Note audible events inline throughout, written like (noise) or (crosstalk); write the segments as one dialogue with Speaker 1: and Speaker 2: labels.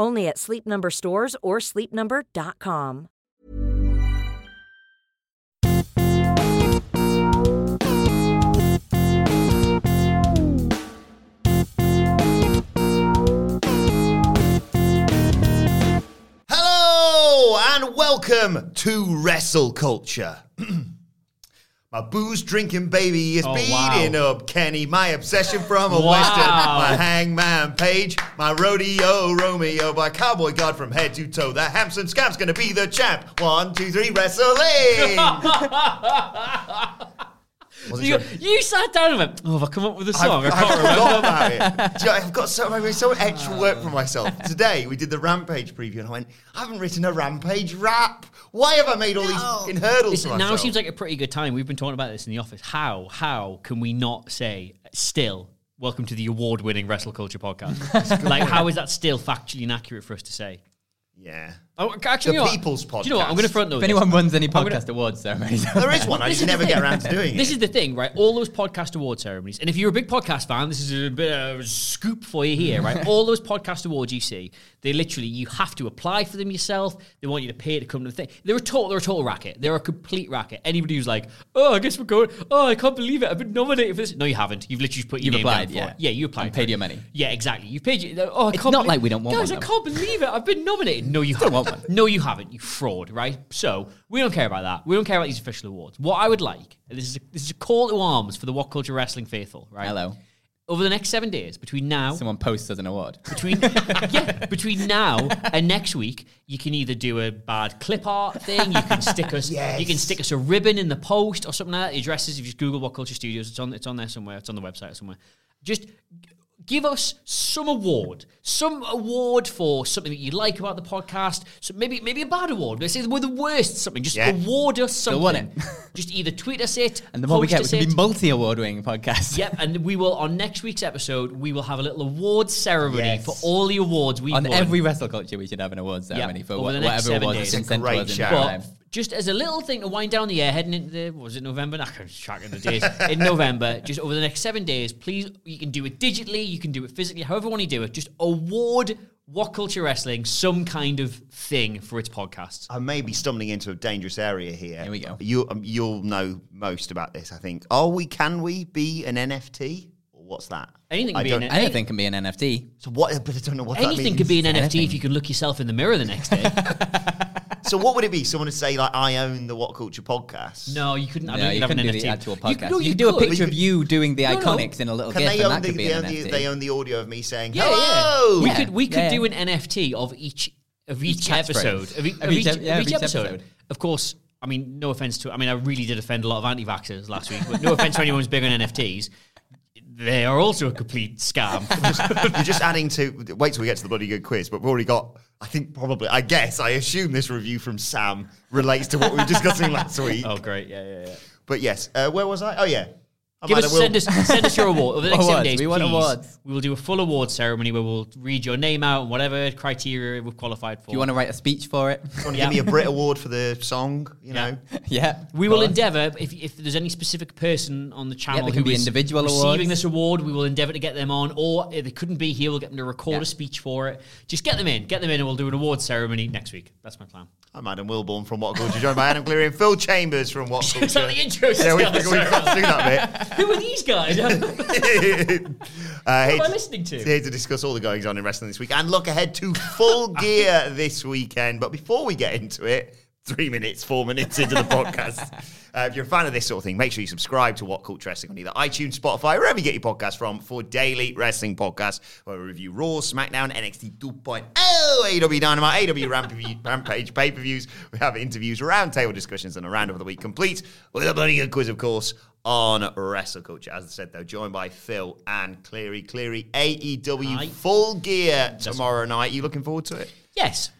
Speaker 1: Only at Sleep Number stores or sleepnumber.com.
Speaker 2: Hello and welcome to Wrestle Culture. (clears throat) my booze drinking baby is
Speaker 3: Oh, wow.
Speaker 2: beating up Kenny. My obsession from a
Speaker 3: Wow.
Speaker 2: western. My hangman page. My rodeo Romeo. My cowboy god from head to toe. That Hampson scam's gonna be the champ. One, two, three,
Speaker 3: (laughs)
Speaker 2: wrestling. Wasn't
Speaker 3: You,
Speaker 2: sure.
Speaker 3: you sat down and went, oh, have I come up with a song? I,
Speaker 2: I've,
Speaker 3: can't
Speaker 2: I've
Speaker 3: remember.
Speaker 2: forgot about it. Do you know, I've got so I've made so much extra work for myself. Today we did the rampage preview, and I went, I haven't written a rampage rap. Why have I made all these in hurdles?
Speaker 3: It's-
Speaker 2: for
Speaker 3: now
Speaker 2: myself?
Speaker 3: seems like a pretty good time. We've been talking about this in the office. How, how can we not say still, welcome to the award-winning Wrestle Culture (laughs) podcast? like, how is that still factually inaccurate for us to say?
Speaker 2: yeah.
Speaker 3: Oh, actually,
Speaker 2: The
Speaker 3: you know what?
Speaker 2: People's
Speaker 3: Do you know what? I'm going to
Speaker 2: Podcast.
Speaker 3: front load
Speaker 4: If
Speaker 3: this.
Speaker 4: anyone runs any podcast awards ceremonies, (laughs)
Speaker 2: There is one. I just never get around to doing
Speaker 3: This
Speaker 2: it.
Speaker 3: is the thing, right? All those podcast award ceremonies, and if you're a big podcast fan, this is a bit of a scoop for you here,
Speaker 4: (laughs)
Speaker 3: right? All those podcast awards you see, they literally you have to apply for them yourself. They want you to pay to come to the thing. They're a total, they're a total racket. They're a complete racket. Anybody who's like, oh, I guess we're going. Oh, I can't believe it. I've been nominated for this. No, you haven't. You've literally just put your
Speaker 4: You've
Speaker 3: name
Speaker 4: applied,
Speaker 3: down for
Speaker 4: yeah.
Speaker 3: it. Yeah, you applied.
Speaker 4: And
Speaker 3: for
Speaker 4: paid
Speaker 3: it.
Speaker 4: your money.
Speaker 3: Yeah, exactly. You paid. Your, oh, I
Speaker 4: It's
Speaker 3: can't
Speaker 4: not
Speaker 3: believe-
Speaker 4: like we don't want
Speaker 3: guys.
Speaker 4: one,
Speaker 3: I
Speaker 4: though.
Speaker 3: can't believe it. I've been nominated. No, you haven't.
Speaker 4: want one.
Speaker 3: No, you haven't. You fraud, right? So we don't care about that. We don't care about these official awards. What I would like, and this is a, this is a call to arms for the What Culture Wrestling faithful, right?
Speaker 4: hello.
Speaker 3: Over the next seven days, between now,
Speaker 4: Someone posts us
Speaker 3: (laughs)
Speaker 4: an award.
Speaker 3: between yeah, between now and next week, you can either do a bad clip art thing, you can stick us, you can stick us a ribbon in the post or something like that. The addresses, if you just Google What Culture Studios, it's on it's on there somewhere. It's on the website somewhere. Just g- give us some award, some award for something that you like about the podcast. So maybe maybe a bad award. Let's say we're the worst. Something. Just
Speaker 2: Yeah.
Speaker 3: award us something.
Speaker 4: want it.
Speaker 3: just either tweet us it,
Speaker 4: And the more we
Speaker 3: post
Speaker 4: get, we
Speaker 3: us
Speaker 4: can
Speaker 3: it.
Speaker 4: be multi award winning podcast.
Speaker 3: Yep, and we will on next week's episode we will have a little awards ceremony for all the awards we
Speaker 4: (laughs) On
Speaker 3: won.
Speaker 4: every wrestle culture, we should have an award ceremony for
Speaker 3: over
Speaker 4: wha-
Speaker 3: the next
Speaker 4: whatever
Speaker 3: seven
Speaker 4: awards
Speaker 3: days.
Speaker 4: have been sent to
Speaker 2: Great
Speaker 4: us in
Speaker 2: shout.
Speaker 3: But
Speaker 4: time.
Speaker 3: just as a little thing to wind down the air heading into the, what was it November? I can't track the
Speaker 4: (laughs)
Speaker 3: days. In November, just over the next seven days, please, you can do it digitally, you can do it physically, however you want to do it. Just award What Culture Wrestling some kind of thing for its podcast.
Speaker 2: I may be stumbling into a dangerous area here.
Speaker 4: Here we go.
Speaker 2: You, um, you'll know most about this, I think. Are we? Can we be an NFT? Or what's that?
Speaker 3: Anything
Speaker 2: I
Speaker 3: can be
Speaker 2: don't-
Speaker 3: an
Speaker 4: I don't think it can be an NFT.
Speaker 2: So what? (laughs) But I don't know what that
Speaker 3: Anything
Speaker 2: means.
Speaker 3: could be an NFT if
Speaker 4: Anything.
Speaker 3: you can look yourself in the mirror the next
Speaker 4: (laughs)
Speaker 3: day.
Speaker 2: So what would it be? Someone to say like, "I own the What Culture podcast."
Speaker 3: No, you couldn't. I
Speaker 4: No,
Speaker 3: don't
Speaker 4: you
Speaker 3: think
Speaker 4: couldn't
Speaker 3: you'd have an
Speaker 4: do the
Speaker 3: NFT.
Speaker 4: actual
Speaker 3: You
Speaker 4: podcast.
Speaker 3: could-
Speaker 4: You,
Speaker 3: no, you
Speaker 4: do a
Speaker 3: could.
Speaker 4: picture of you doing the
Speaker 3: no.
Speaker 4: iconics in a little
Speaker 2: Can
Speaker 4: gif,
Speaker 2: they
Speaker 4: and
Speaker 2: own
Speaker 4: that
Speaker 2: the,
Speaker 4: could be
Speaker 2: they,
Speaker 4: an
Speaker 2: own the,
Speaker 4: NFT.
Speaker 2: they own the audio of me saying
Speaker 3: Yeah,
Speaker 2: hello?
Speaker 3: yeah.
Speaker 2: (laughs)
Speaker 3: We
Speaker 4: Yeah.
Speaker 3: could we could
Speaker 4: Yeah,
Speaker 3: do
Speaker 4: yeah.
Speaker 3: an NFT of each of each,
Speaker 4: Each catchphrase.
Speaker 3: episode of, e- of
Speaker 4: Of
Speaker 3: each,
Speaker 4: each ep- yeah,
Speaker 3: of
Speaker 4: of
Speaker 3: each
Speaker 4: each
Speaker 3: episode.
Speaker 4: episode.
Speaker 3: Of course, I mean no offense to I mean I really did offend a lot of anti-vaxxers last week. But no offense to anyone who's big on NFTs. They are also a complete scam.
Speaker 2: You're just adding to. Wait till we get to the bloody good quiz, but we've already got. I think probably. I guess. I assume this review from Sam relates to what we were
Speaker 3: (laughs)
Speaker 2: discussing last week.
Speaker 3: (laughs) oh great, yeah, yeah, yeah.
Speaker 2: But yes, uh, where was I? Oh yeah. I
Speaker 3: Give
Speaker 2: might
Speaker 3: us,
Speaker 2: have-
Speaker 3: send us send us your award (laughs) over the next seven
Speaker 4: Awards,
Speaker 3: days.
Speaker 4: we want
Speaker 3: please.
Speaker 4: awards.
Speaker 3: We will do a full award ceremony where we'll read your name out and whatever criteria we've qualified for.
Speaker 4: Do you want to write a speech for it? (laughs)
Speaker 2: Someone
Speaker 3: Yeah.
Speaker 2: Give me a Brit Award for the song. You
Speaker 3: Yeah.
Speaker 2: know.
Speaker 4: yeah.
Speaker 3: We will
Speaker 4: Go on.
Speaker 3: endeavour if, if there's any specific person on the channel who
Speaker 4: there can be
Speaker 3: is
Speaker 4: individual
Speaker 3: receiving
Speaker 4: awards.
Speaker 3: this award, we will endeavour to get them on. Or if they couldn't be here, we'll get them to record
Speaker 4: Yeah.
Speaker 3: a speech for it. Just get them in, get them in, and we'll do an award ceremony next week. That's my plan. (laughs)
Speaker 2: I'm Adam Wilborn from What Culture, joined by Adam Cleary and Phil Chambers from
Speaker 3: (laughs)
Speaker 2: What
Speaker 3: Is that
Speaker 2: Culture.
Speaker 3: the intro?
Speaker 2: yeah, we, we, we
Speaker 3: Sorry.
Speaker 2: can't do that bit.
Speaker 3: who are these guys? (laughs) Who (laughs)
Speaker 2: (laughs) Uh,
Speaker 3: am I
Speaker 2: it's-
Speaker 3: listening to?
Speaker 2: here to discuss all the goings on in wrestling this week and look ahead to full gear this weekend. But before we get into it, three minutes, four minutes into the podcast. Uh, if you're a fan of this sort of thing, make sure you subscribe to What Culture Wrestling on either iTunes, Spotify, wherever you get your podcasts from for daily wrestling podcasts where we review Raw, SmackDown, NXT 2.0, AW E Dynamite, AW Rampage, Rampage pay-per-views. We have interviews, roundtable discussions, and a roundup of the week complete with a bloody good quiz, of course, on wrestle culture. As I said, though, joined by Phil and Cleary. Cleary, AEW
Speaker 3: Aye.
Speaker 2: Full Gear tomorrow night. You looking forward to it?
Speaker 3: Yes.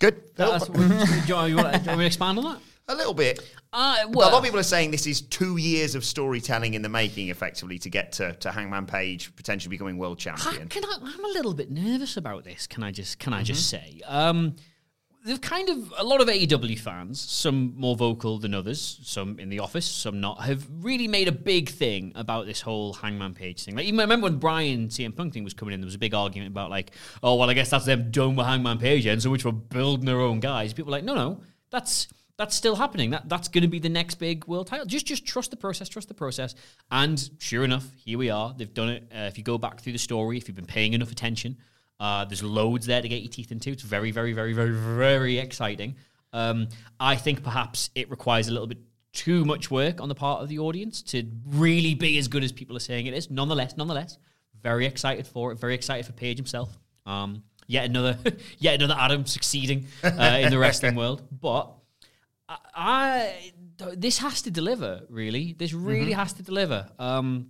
Speaker 2: Good. Phil?
Speaker 3: That's, do you, want- you want, do you want me to expand on that?
Speaker 2: a little bit.
Speaker 3: Uh,
Speaker 2: But a lot
Speaker 3: well,
Speaker 2: of people are saying this is two years of storytelling in the making, effectively, to get to, to Hangman Page potentially becoming world
Speaker 3: I,
Speaker 2: champion.
Speaker 3: can I, I'm a little bit nervous about this. Can I just can I just say? Um, they've kind of a lot of AEW fans, some more vocal than others, some in the office, some not, have really made a big thing about this whole Hangman Page thing. Like, you remember when Brian CM Punk thing was coming in, there was a big argument about like, oh well, I guess that's them done with Hangman Page, and so much for building their own guys. People were like, no, no, that's. That's still happening. That that's going to be the next big world title. Just just trust the process. Trust the process. And sure enough, here we are. They've done it. Uh, if you go back through the story, if you've been paying enough attention, uh, there's loads there to get your teeth into. It's very, very, very, very, very exciting. Um, I think perhaps it requires a little bit too much work on the part of the audience to really be as good as people are saying it is. Nonetheless, nonetheless, very excited for it. Very excited for Paige himself. Um, yet another, (laughs) yet another Adam succeeding uh, in the wrestling world. But I, I th- this has to deliver. Really, this really has to deliver. Um,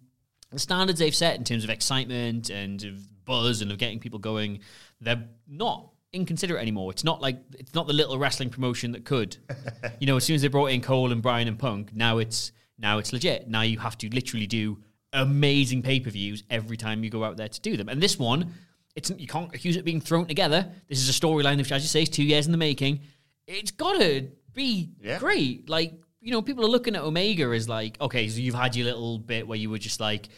Speaker 3: the standards they've set in terms of excitement and of buzz and of getting people going, they're not inconsiderate anymore. It's not like it's not the little wrestling promotion that could. you know, as soon as they brought in Cole and Bryan and Punk, now it's now it's legit. Now you have to literally do amazing pay per views every time you go out there to do them. And this one, it's you can't accuse it of being thrown together. This is a storyline which, as you say, is two years in the making. It's gotta be
Speaker 2: Yeah.
Speaker 3: great great. Like, you know, people are looking at Omega as like, okay, so you've had your little bit where you were just like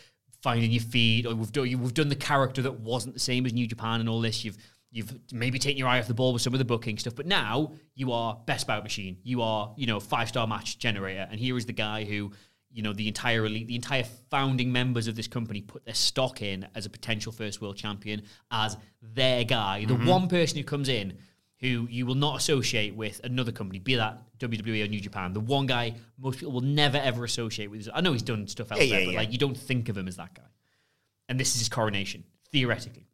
Speaker 3: finding your feet, or we've done you- we've done the character that wasn't the same as New Japan and all this. You've you've maybe taken your eye off the ball with some of the booking stuff, but now you are best bout machine. You are you know five star match generator, and here is the guy who. You know the entire elite, the entire founding members of this company put their stock in as a potential first world champion, as their guy, the
Speaker 2: Mm-hmm.
Speaker 3: one person who comes in who you will not associate with another company, be that WWE or New Japan. The one guy most people will never ever associate with. I know he's done stuff elsewhere,
Speaker 2: yeah,
Speaker 3: but
Speaker 2: yeah.
Speaker 3: like you don't think of him as that guy. And this is his coronation, theoretically.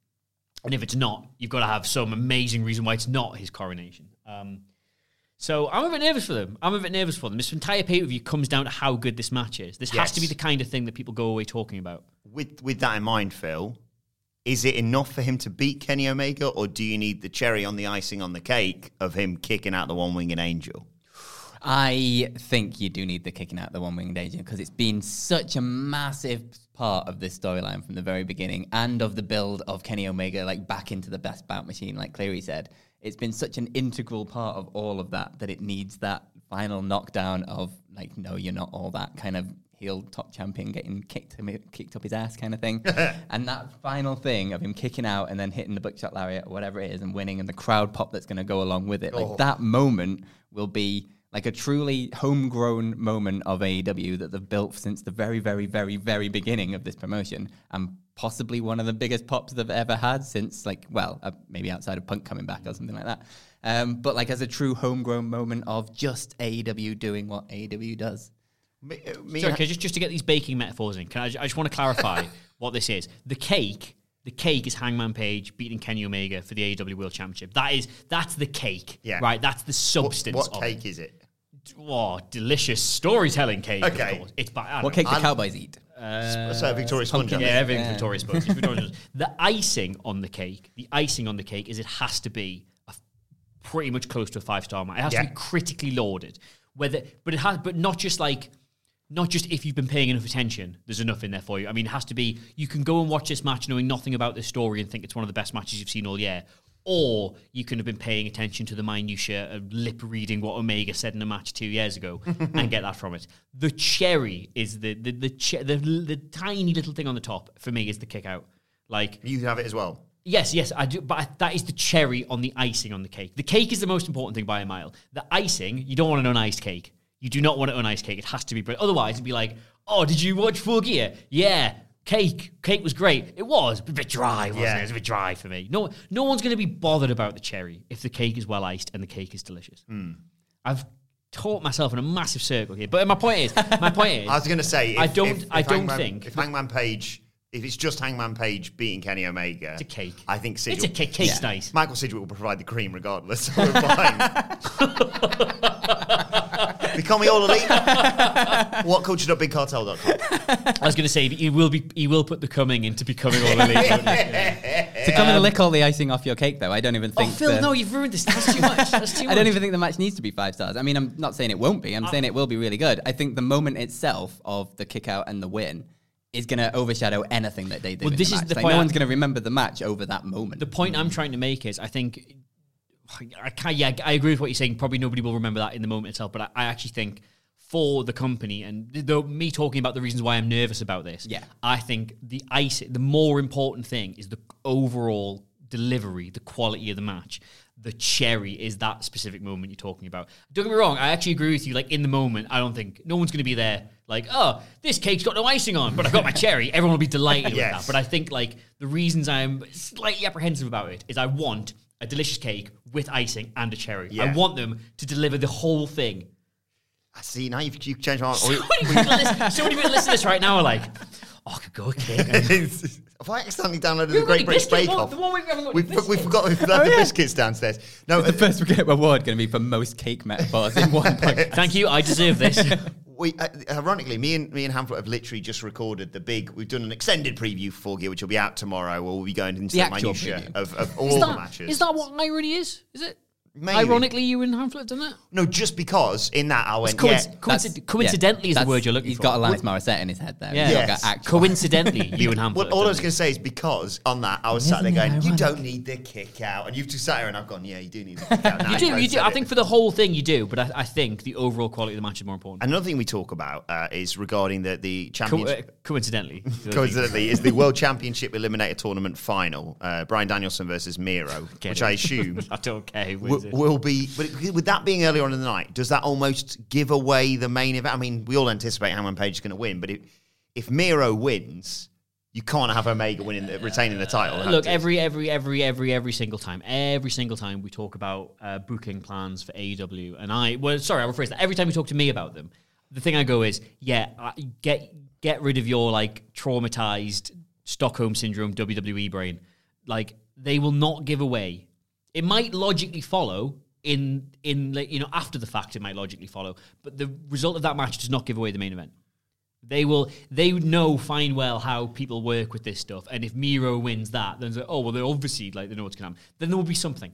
Speaker 3: And if it's not, you've got to have some amazing reason why it's not his coronation. Um, so I'm a bit nervous for them. I'm a bit nervous for them. This entire pay per view comes down to how good this match is. This has to be
Speaker 2: Yes.
Speaker 3: the kind of thing that people go away talking about.
Speaker 2: With with that in mind, Phil, is it enough for him to beat Kenny Omega, or do you need the cherry on the icing on the cake of him kicking out the one winged angel?
Speaker 4: I think you do need the kicking out the one winged agent because it's been such a massive part of this storyline from the very beginning and of the build of Kenny Omega like back into the best bout machine, like Cleary said. It's been such an integral part of all of that that it needs that final knockdown of like, no, you're not all that kind of heel top champion getting kicked him, kicked up his ass kind of thing. and that final thing of him kicking out and then hitting the buckshot lariat or whatever it is and winning and the crowd pop that's going to go along with it. Like that moment will be like a truly homegrown moment of AEW that they've built since the very, very, very, very beginning of this promotion and possibly one of the biggest pops they've ever had since like, well, uh, maybe outside of Punk coming back or something like that. Um, but like as a true homegrown moment of just AEW doing what AEW does.
Speaker 2: Me, uh, me
Speaker 3: Sorry,
Speaker 2: and-
Speaker 3: okay, just just to get these baking metaphors in, can I, I just want
Speaker 2: (laughs)
Speaker 3: to clarify what this is. The cake, the cake is Hangman Page beating Kenny Omega for the AEW World Championship. That is that's the cake,
Speaker 2: Yeah.
Speaker 3: right? That's the substance.
Speaker 2: what,
Speaker 3: of
Speaker 2: what cake is it?
Speaker 3: It. Oh, delicious storytelling cake. of
Speaker 2: Okay.
Speaker 3: course. it's by I don't
Speaker 4: What
Speaker 3: know.
Speaker 4: cake do
Speaker 2: I'm-
Speaker 4: cowboys eat?
Speaker 2: so Victoria Sponge.
Speaker 4: pumpkin.
Speaker 3: Yeah, everything's
Speaker 4: Yeah.
Speaker 3: Victoria's Sponge. It's Victoria's Sponge. (laughs) The icing on the cake, the icing on the cake is it has to be a f- pretty much close to a five star match. It has
Speaker 2: Yeah.
Speaker 3: to be critically lauded. Whether, but it has, but not just like, not just if you've been paying enough attention. There's enough in there for you. I mean, it has to be. You can go and watch this match knowing nothing about this story and think it's one of the best matches you've seen all year. Or you can have been paying attention to the minutiae of lip reading what Omega said in a match two years ago and get that from it. The cherry is the the the, che- the the tiny little thing on the top for me is the kick out. Like
Speaker 2: You have it as well.
Speaker 3: Yes, yes, I do. But I, that is the cherry on the icing on the cake. The cake is the most important thing by a mile. The icing, you don't want an uniced cake. You do not want an uniced cake. It has to be bread. Otherwise, it'd be like, oh, did you watch Full Gear? Yeah, cake. Cake was great. It was, but a bit dry, wasn't
Speaker 2: Yeah.
Speaker 3: it? It was a bit dry for me. No, no one's going to be bothered about the cherry if the cake is well iced and the cake is delicious. I've taught myself in a massive circle here. But my point is, my point is,
Speaker 2: I was going to say, if,
Speaker 3: I don't-
Speaker 2: If, if
Speaker 3: I don't
Speaker 2: Hangman,
Speaker 3: think-
Speaker 2: if Hangman Page, if it's just Hangman Page beating Kenny Omega, it's
Speaker 3: a cake.
Speaker 2: I think Sidgwick,
Speaker 3: it's a cake. Cake's nice.
Speaker 2: Michael Sidgwick will provide the cream regardless. So we're
Speaker 3: (laughs)
Speaker 2: fine. Become me all elite. Whatculture.bigcartel.com.
Speaker 3: I was going to say he will be. He will put the coming into becoming all elite.
Speaker 4: to come and lick all the icing off your cake, though, I don't even
Speaker 3: Eh, um, oh,
Speaker 4: think.
Speaker 3: Phil,
Speaker 4: the-
Speaker 3: no, you've ruined this. That's too much. That's too much.
Speaker 4: (laughs) I don't even think the match needs to be five stars. I mean, I'm not saying it won't be. I'm saying it will be really good. I think the moment itself of the kick out and the win is going to overshadow anything that they do.
Speaker 3: Well,
Speaker 4: in
Speaker 3: this
Speaker 4: the
Speaker 3: is
Speaker 4: match.
Speaker 3: the
Speaker 4: Like,
Speaker 3: point
Speaker 4: No
Speaker 3: I-
Speaker 4: one's going to remember the match over that moment.
Speaker 3: The point I'm trying to make is, I think, I can yeah, I agree with what you're saying. Probably nobody will remember that in the moment itself, but I, I actually think for the company and th- though me talking about the reasons why I'm nervous about this,
Speaker 4: Yeah.
Speaker 3: I think the ice, the more important thing is the overall delivery, the quality of the match. The cherry is that specific moment you're talking about. Don't get me wrong, I actually agree with you. Like in the moment, I don't think no one's going to be there. Like, oh, this cake's got no icing on, but I've got my cherry. Everyone will be
Speaker 4: (laughs)
Speaker 3: delighted with
Speaker 2: Yes.
Speaker 3: that. But I I think like the reasons I'm slightly apprehensive about it is I want a delicious cake with icing and a cherry.
Speaker 2: Yeah.
Speaker 3: I want them to deliver the whole thing.
Speaker 2: I see. Now you've, you've changed my mind. We-
Speaker 3: What do you listen- (laughs) so many people listen to this right now are like, oh, I could go
Speaker 2: (laughs)
Speaker 3: with cake. And
Speaker 2: (laughs) Have I accidentally downloaded the
Speaker 3: haven't got
Speaker 2: Great
Speaker 3: any
Speaker 2: British
Speaker 3: biscuit,
Speaker 2: Bake
Speaker 3: no,
Speaker 2: Off?
Speaker 3: the one we've haven't got
Speaker 2: We've,
Speaker 3: any
Speaker 2: we forgot we've left the biscuits downstairs. No,
Speaker 4: (laughs) (laughs) the first award going to be for most cake metaphors in
Speaker 3: (laughs)
Speaker 4: one podcast.
Speaker 3: Thank you, I
Speaker 2: (laughs)
Speaker 3: deserve this.
Speaker 2: we uh, ironically, me and me and Hamlet have literally just recorded the big. We've done an extended preview for Gear, which will be out tomorrow. Where we'll be going into
Speaker 4: The
Speaker 2: the,
Speaker 4: actual
Speaker 2: minutia
Speaker 4: preview.
Speaker 2: of, of all
Speaker 3: is,
Speaker 2: the
Speaker 3: that,
Speaker 2: matches.
Speaker 3: is that what irony is? Is it?
Speaker 2: Maybe.
Speaker 3: Ironically, you and Hamlet have done that?
Speaker 2: no, just because in that I went.
Speaker 3: Coinc-
Speaker 2: yeah,
Speaker 3: coinci- coincidentally is the word you're looking
Speaker 4: He's
Speaker 3: for.
Speaker 4: got a Lance Morissette in his head there.
Speaker 3: Yeah.
Speaker 4: He's got
Speaker 2: Yes.
Speaker 4: actual-
Speaker 3: (laughs) Coincidentally, you and Hamlet.
Speaker 2: Well,
Speaker 3: have
Speaker 2: all I
Speaker 3: done
Speaker 2: was
Speaker 3: it.
Speaker 2: going to say is because on that I was sat there
Speaker 4: Isn't it
Speaker 2: going, "You
Speaker 4: ironic?
Speaker 2: don't need the kick out," and you've just sat here and I've gone, "Yeah, you do need the kick
Speaker 3: (laughs)
Speaker 2: out." Now
Speaker 3: You
Speaker 2: you've
Speaker 3: do,
Speaker 2: both
Speaker 3: you do.
Speaker 2: said
Speaker 3: I
Speaker 2: it.
Speaker 3: think for the whole thing, you do, but I, I think the overall quality of the match is more important.
Speaker 2: Another thing we talk about uh, is regarding the the
Speaker 3: Co-
Speaker 2: champions.
Speaker 3: uh,
Speaker 2: (laughs)
Speaker 3: coincidentally.
Speaker 2: coincidentally, is the World Championship Eliminator Tournament final. Uh, Brian Danielson versus Miro, which I assume
Speaker 3: (laughs) I don't care who wins
Speaker 2: w-
Speaker 3: it.
Speaker 2: will be. But it- with that being earlier on in the night, does that almost give away the main event? I mean, we all anticipate Hangman Page is going to win, but if, if Miro wins, you can't have Omega winning, the, retaining the title. how
Speaker 3: Look,
Speaker 2: it is.
Speaker 3: every every every every every single time, every single time we talk about uh, booking plans for AEW, and I well, sorry, I'll rephrase that. Every time you talk to me about them, the thing I go is, yeah, I, get get rid of your like traumatized Stockholm syndrome WWE brain. Like they will not give away. It might logically follow in in like, you know after the fact, it might logically follow, but the result of that match does not give away the main event. They will. They know fine well how people work with this stuff, and if Miro wins that, then it's like, oh well, they obviously like they know what's going to happen. Then there will be something.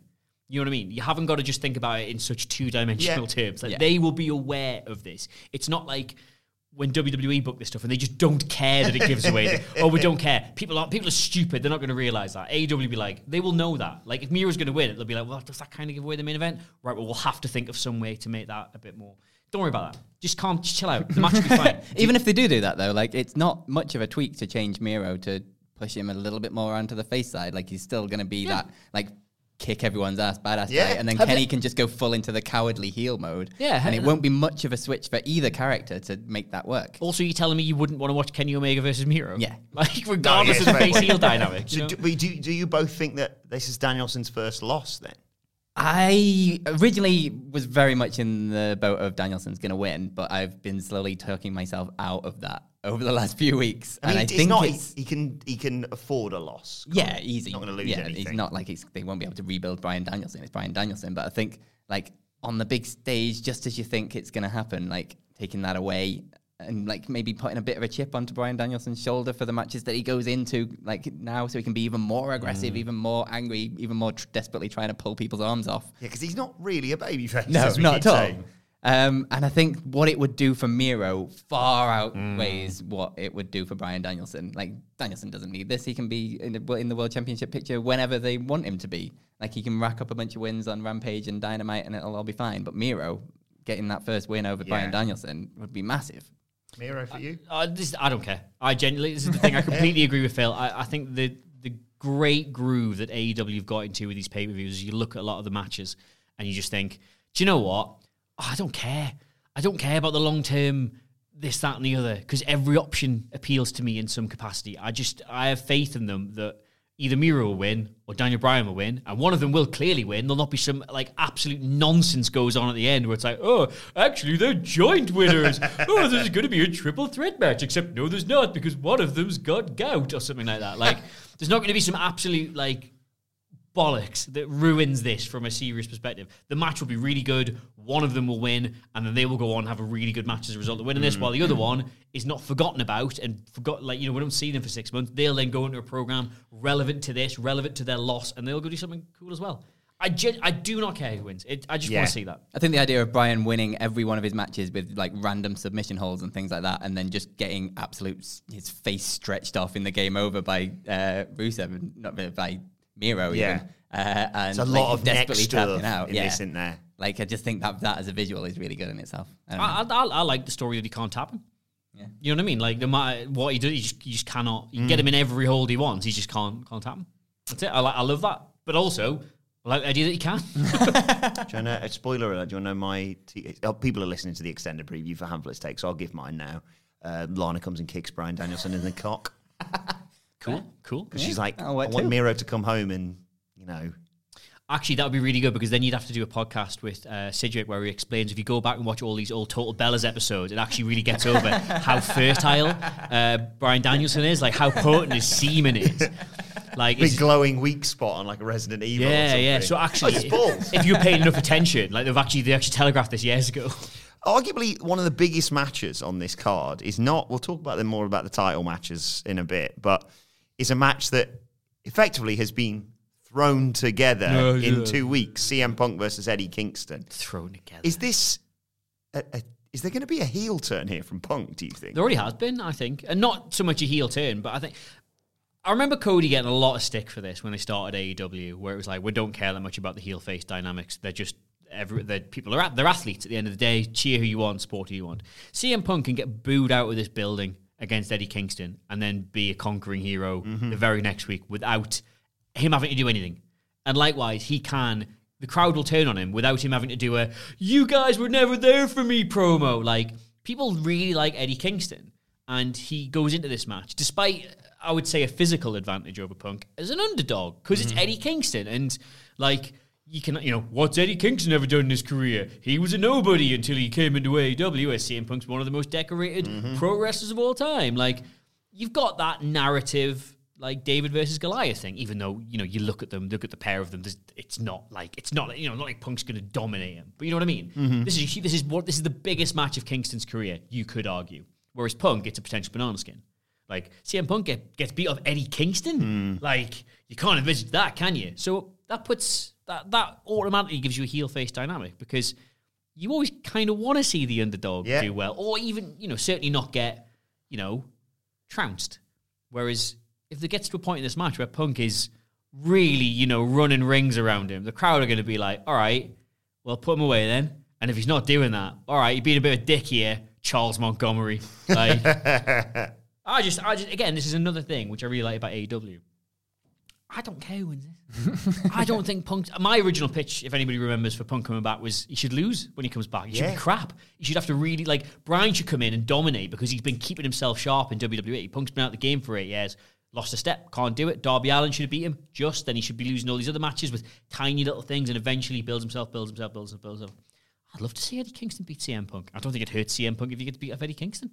Speaker 3: You know what I mean? You haven't got to just think about it in such two dimensional
Speaker 2: Yeah.
Speaker 3: terms. Like
Speaker 4: Yeah.
Speaker 3: they will be aware of this. It's not like when WWE book this stuff and they just don't care that it gives away. the- oh, we don't care. People are people are stupid. They're not going to realize that. AEW will be like they will know that. Like if Miro's going to win it, they'll be like, well, does that kind of give away the main event? Right. Well, we'll have to think of some way to make that a bit more. Don't worry about that. Just calm. Just chill out. The match will be
Speaker 4: (laughs)
Speaker 3: fine.
Speaker 4: Even if they do do that, though, like it's not much of a tweak to change Miro to push him a little bit more onto the face side. Like he's still going to be that like kick everyone's ass badass
Speaker 2: Yeah.
Speaker 4: guy, and then Kenny can just go full into the cowardly heel mode.
Speaker 3: Yeah,
Speaker 4: and
Speaker 3: ha-
Speaker 4: it won't be much of a switch for either character to make that work.
Speaker 3: Also, you're telling me you wouldn't want to watch Kenny Omega versus Miro?
Speaker 4: Yeah.
Speaker 3: (laughs) Like, regardless
Speaker 2: it's
Speaker 3: of the
Speaker 2: very
Speaker 3: face
Speaker 2: well.
Speaker 3: heel dynamics. you
Speaker 2: So
Speaker 3: know?
Speaker 2: do, but do, do you both think that this is Danielson's first loss then?
Speaker 4: I originally was very much in the boat of Danielson's going to win, but I've been slowly talking myself out of that over the last few weeks,
Speaker 2: I mean,
Speaker 4: and I
Speaker 2: it's
Speaker 4: think
Speaker 2: not, he-
Speaker 4: it's
Speaker 2: he, can he can afford a loss.
Speaker 4: Yeah, easy.
Speaker 2: Not gonna lose
Speaker 4: yeah,
Speaker 2: anything.
Speaker 4: It's not like it's, they won't be able to rebuild Brian Danielson. It's Brian Danielson, but I think like on the big stage, just as you think it's going to happen, like taking that away and like maybe putting a bit of a chip onto Brian Danielson's shoulder for the matches that he goes into like now, so he can be even more aggressive,
Speaker 2: Mm.
Speaker 4: even more angry, even more tr- desperately trying to pull people's arms off.
Speaker 2: Yeah, because he's not really a babyface.
Speaker 4: No,
Speaker 2: as we
Speaker 4: not
Speaker 2: keep
Speaker 4: at all.
Speaker 2: saying.
Speaker 4: Um, and I think what it would do for Miro far outweighs what it would do for Brian Danielson. Like Danielson doesn't need this; he can be in the, in the World Championship picture whenever they want him to be. Like he can rack up a bunch of wins on Rampage and Dynamite, and it'll all be fine. But Miro getting that first win over
Speaker 2: Yeah.
Speaker 4: Brian Danielson would be massive.
Speaker 2: Miro for you.
Speaker 3: Uh, this, I don't care. I genuinely, this is the
Speaker 2: (laughs)
Speaker 3: thing. I completely agree with Phil. I, I think the the great groove that AEW have got into with these pay per views is you look at a lot of the matches and you just think, do you know what? Oh, I don't care. I don't care about the long term this, that, and the other because every option appeals to me in some capacity. I just I have faith in them that either Miro will win or Daniel Bryan will win, and one of them will clearly win. There'll not be some like absolute nonsense goes on at the end where it's like, oh, actually they're joint winners. oh, there's going to be a triple threat match, except no, there's not because one of them's got gout or something like that. Like, there's not going to be some absolute like bollocks that ruins this from a serious perspective. The match will be really good. One of them will win, and then they will go on and have a really good match as a result of winning this. While the other one is not forgotten about and forgot, like you know, we don't see them for six months. They'll then go into a program relevant to this, relevant to their loss, and they'll go do something cool as well. I gen- I do not care who wins. It, I just
Speaker 2: Yeah.
Speaker 3: want to see that.
Speaker 4: I think the idea of Brian winning every one of his matches with like random submission holds and things like that, and then just getting absolute s- his face stretched off in the game over by uh, Rusev, and not by- by Miro.
Speaker 2: Yeah.
Speaker 4: even. Uh, and
Speaker 2: There's a
Speaker 4: like,
Speaker 2: lot of neck
Speaker 4: desperately
Speaker 2: stuff
Speaker 4: tapping out.
Speaker 2: in
Speaker 4: yeah,
Speaker 2: this, isn't there?
Speaker 4: like I just think that that as a visual is really good in itself. Um, I don't know.
Speaker 3: I, I, I, I like the story that he can't tap him. You know what I mean? Like no matter what he does, he just, he just cannot. You can get him in every hold he wants. He just can't can't tap him. That's it. I like I love that, but also I like the idea that he can.
Speaker 2: Do you want to, spoiler alert, do you want to know my... T- oh, people are listening to the extended preview for Hamlet's Take, so I'll give mine now. Uh, Lana comes and kicks Brian Danielson in the cock.
Speaker 3: cool, cool.
Speaker 2: She's like, I
Speaker 4: I'll work
Speaker 2: want
Speaker 4: too.
Speaker 2: Miro to come home and, you know...
Speaker 3: Actually, that would be really good because then you'd have to do a podcast with uh, Sidgwick where he explains if you go back and watch all these old Total Bellas episodes, it actually really gets
Speaker 2: (laughs)
Speaker 3: over how fertile uh, Brian Danielson is, like how potent his semen is. Like,
Speaker 2: Big
Speaker 3: it's-
Speaker 2: glowing weak spot on like a Resident Evil or
Speaker 3: yeah,
Speaker 2: something.
Speaker 3: yeah. So actually,
Speaker 2: Oh, it's balls.
Speaker 3: if you were paying enough attention, like they've actually they actually telegraphed this years ago.
Speaker 2: arguably one of the biggest matches on this card is not we'll talk about them more about the title matches in a bit but it's a match that effectively has been thrown together
Speaker 3: Oh,
Speaker 2: in two weeks cm punk versus eddie kingston
Speaker 3: Thrown together.
Speaker 2: is this a, a, is there going to be a heel turn here from punk do you think
Speaker 3: There already has been, I think, and not so much a heel turn, but I think I remember Cody getting a lot of stick for this when they started AEW, where it was like we don't care that much about the heel face dynamics. They're just every they're, people are at- they're athletes at the end of the day. Cheer who you want, support who you want. CM Punk can get booed out of this building against Eddie Kingston and then be a conquering hero the very next week without him having to do anything. And likewise, he can. The crowd will turn on him without him having to do a "You guys were never there for me" promo. Like people really like Eddie Kingston, and he goes into this match despite I would say a physical advantage over Punk as an underdog because it's Eddie Kingston, and like you can you know what's Eddie Kingston ever done in his career? He was a nobody until he came into AEW. As CM Punk's one of the most decorated pro wrestlers of all time. Like you've got that narrative like David versus Goliath thing, even though you know you look at them, look at the pair of them. There's, it's not like it's not you know not like Punk's going to dominate him, but you know what I mean. This is a hu- this is what this is the biggest match of Kingston's career, you could argue. Whereas Punk gets a potential banana skin, like CM Punk get, gets beat off Eddie Kingston. Like you can't envisage that, can you? So that puts that that automatically gives you a heel face dynamic because you always kind of want to see the underdog
Speaker 2: Yeah.
Speaker 3: do well, or even you know certainly not get you know trounced. Whereas if there gets to a point in this match where Punk is really, you know, running rings around him, the crowd are going to be like, all right, well, put him away then. And if he's not doing that, all right, you're being a bit of a dick here, Charles Montgomery. Like, I just, I just, again, this is another thing which I really like about AEW. I don't care who wins this. I don't think Punk. My original pitch, if anybody remembers, for Punk coming back was he should lose when he comes back. He should
Speaker 2: Yeah.
Speaker 3: be crap. He should have to really like Brian should come in and dominate because he's been keeping himself sharp in WWE. Punk's been out of the game for eight years, lost a step, can't do it. Darby Allen should have beat him. Just then he should be losing all these other matches with tiny little things, and eventually builds himself, builds himself, builds himself, builds himself. I'd love to see Eddie Kingston beat CM Punk. I don't think it hurts CM Punk if you get beat up Eddie Kingston.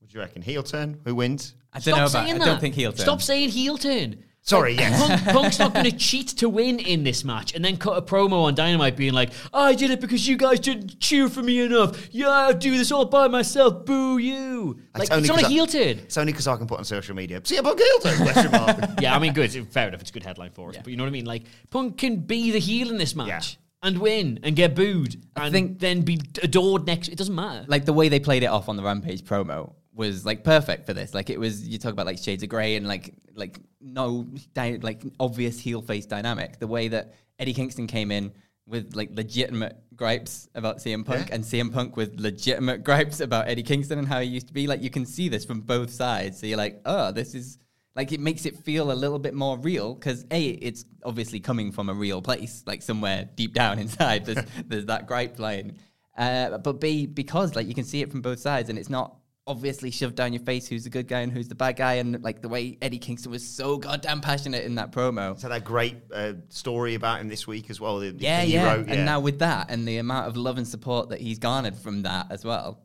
Speaker 2: what do you reckon heel turn who wins
Speaker 4: I
Speaker 3: Stop
Speaker 4: don't know about.
Speaker 3: saying
Speaker 4: I
Speaker 3: that.
Speaker 4: don't think he'll turn.
Speaker 3: Stop saying heel turn.
Speaker 2: sorry yes
Speaker 3: Punk, Punk's not going to cheat to win in this match and then cut a promo on Dynamite being like, I did it because you guys didn't cheer for me enough. Yeah, I'll do this all by myself. Boo you. Like,
Speaker 2: That's only
Speaker 3: it's not a
Speaker 2: 'cause I-
Speaker 3: heel turn.
Speaker 2: it's only because i can put on social media CM Punk heel turn question mark
Speaker 3: (laughs) yeah, I mean, good. Fair enough. It's a good headline for us. But you know what I mean? Like, Punk can be the heel in this match and win and get booed
Speaker 4: I
Speaker 3: and
Speaker 4: think-
Speaker 3: then be adored next. It doesn't matter.
Speaker 4: like the way they played it off on the Rampage promo was like perfect for this. Like it was you talk about like shades of grey and like like no di- like obvious heel face dynamic. The way that Eddie Kingston came in with like legitimate gripes about CM Punk and CM Punk with legitimate (laughs) gripes about Eddie Kingston and how he used to be. Like you can see this from both sides. So you're like, oh, this is like it makes it feel a little bit more real because a it's obviously coming from a real place like somewhere deep down (laughs)
Speaker 2: (laughs)
Speaker 4: inside there's, there's that gripe line uh, but b because like you can see it from both sides and it's not obviously shoved down your face who's the good guy and who's the bad guy, and like the way Eddie Kingston was so goddamn passionate in that promo.
Speaker 2: It's had a great uh, story about him this week as well. the- the
Speaker 4: Yeah,
Speaker 2: thing he
Speaker 4: yeah.
Speaker 2: wrote,
Speaker 4: And now with that, and the amount of love and support that he's garnered from that as well,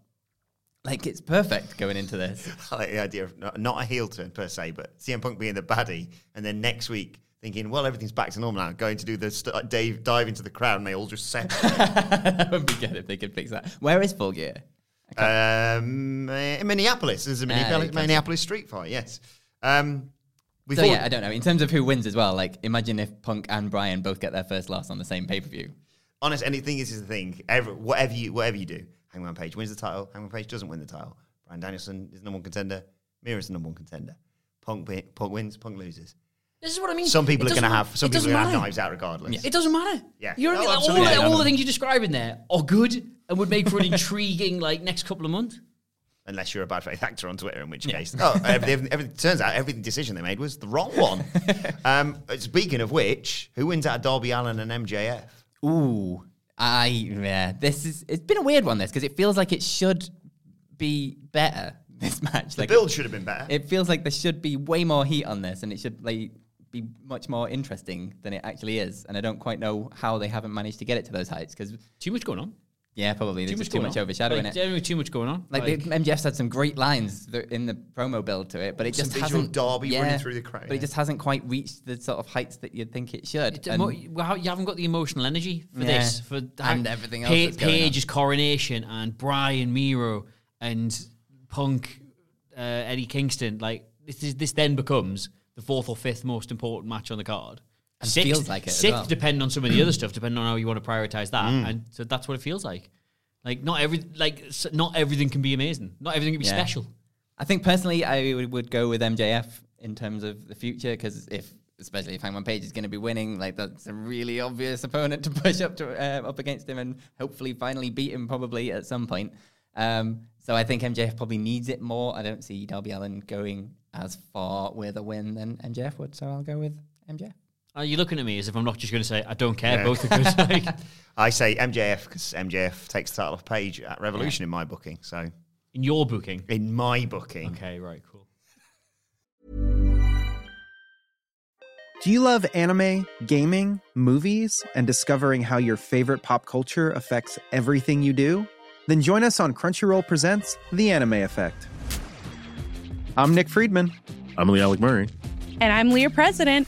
Speaker 4: like it's perfect going into this.
Speaker 2: (laughs)
Speaker 4: (laughs)
Speaker 2: I like the idea of not, not a heel turn per se, but CM Punk being the baddie, and then next week thinking, well, everything's back to normal now, going to do the st- dive, dive into the crowd, and they all just set.
Speaker 4: that would be good if they could fix that. Where is Full Gear?
Speaker 2: um, uh, in Minneapolis,
Speaker 3: Ah,
Speaker 2: there's a Minneapolis,
Speaker 4: okay.
Speaker 2: Minneapolis street fight. Yes. Um, we've
Speaker 4: So
Speaker 2: all-
Speaker 4: yeah, I don't know. In terms of who wins as well, like imagine if Punk and Brian both get their first loss on the same pay per view.
Speaker 2: honest, and the thing is, is the thing. Every, whatever you, whatever you do, Hangman Page wins the title. Hangman Page doesn't win the title. Brian Danielson is the number one contender. Mira is the number one contender. Punk, wi- Punk wins. Punk loses.
Speaker 3: This is what I mean.
Speaker 2: Some people
Speaker 3: It
Speaker 2: are going to
Speaker 3: doesn't-
Speaker 2: have. Some
Speaker 3: it
Speaker 2: people are
Speaker 3: doesn't
Speaker 2: going to have
Speaker 3: matter.
Speaker 2: knives out regardless.
Speaker 3: It doesn't matter.
Speaker 2: Yeah.
Speaker 3: You know what
Speaker 2: No,
Speaker 3: I mean? Like,
Speaker 2: absolutely.
Speaker 3: all, the,
Speaker 4: Yeah,
Speaker 3: all
Speaker 4: no,
Speaker 3: the
Speaker 4: no.
Speaker 3: things you describe in there are good and would make for an intriguing like next couple of months.
Speaker 2: unless you're a bad faith actor on Twitter, in which case, oh, everything, everything, turns out every decision they made was the wrong
Speaker 3: (laughs)
Speaker 2: one. um, speaking of which, who wins out of Darby Allen and MJF?
Speaker 4: Ooh, I yeah. This is it's been a weird one. This because it feels like it should be better. (laughs) This match,
Speaker 2: The
Speaker 4: like
Speaker 2: build should have been better.
Speaker 4: it feels like there should be way more heat on this, and it should like be much more interesting than it actually is. And I don't quite know how they haven't managed to get it to those heights because
Speaker 3: Too much going on.
Speaker 4: yeah, probably
Speaker 3: Too
Speaker 4: there's
Speaker 3: much
Speaker 4: just too
Speaker 3: going
Speaker 4: much
Speaker 3: on.
Speaker 4: overshadowing
Speaker 3: Like,
Speaker 4: it.
Speaker 3: generally Too much going on.
Speaker 4: Like, the MJF's had some great lines th- in the promo build to it, but it
Speaker 2: Some
Speaker 4: just
Speaker 2: visual
Speaker 4: hasn't
Speaker 2: Derby running through the crowd,
Speaker 4: But
Speaker 2: yeah.
Speaker 4: it just hasn't quite reached the sort of heights that you'd think it should.
Speaker 3: It-
Speaker 4: And-
Speaker 3: mo- well, you haven't got the emotional energy for
Speaker 4: Yeah.
Speaker 3: this, for
Speaker 4: And everything else that's going on.
Speaker 3: Page's coronation and Brian Miro and Punk uh, Eddie Kingston. Like this is this then becomes the fourth or fifth most important match on the card.
Speaker 4: And feels like it as
Speaker 3: Sixth,
Speaker 4: well. Mm.
Speaker 3: depending on some of the other stuff, depending on how you want to prioritize that, and so that's what it feels like. Like not every like s- not everything can be amazing. Not everything can be
Speaker 4: Yeah.
Speaker 3: special.
Speaker 4: I think personally, I would, would go with MJF in terms of the future because if, especially if Hangman Page is going to be winning, like that's a really obvious opponent to push up to uh, up against him and hopefully finally beat him probably at some point. Um, so I think MJF probably needs it more. I don't see Darby Allen going as far with a win than MJF would, so I'll go with MJF.
Speaker 3: Are you looking at me as if I'm not just going to say I don't care? Both are good. (laughs) Like,
Speaker 2: I say MJF because MJF takes the title off Page at Revolution in my booking. So
Speaker 3: in your booking.
Speaker 2: in my booking,
Speaker 3: Okay, right, cool.
Speaker 5: Do you love anime, gaming, movies, and discovering how your favorite pop culture affects everything you do? Then join us on Crunchyroll Presents The Anime Effect. I'm Nick Friedman.
Speaker 6: I'm Lee Alec Murray.
Speaker 7: And I'm Leah President.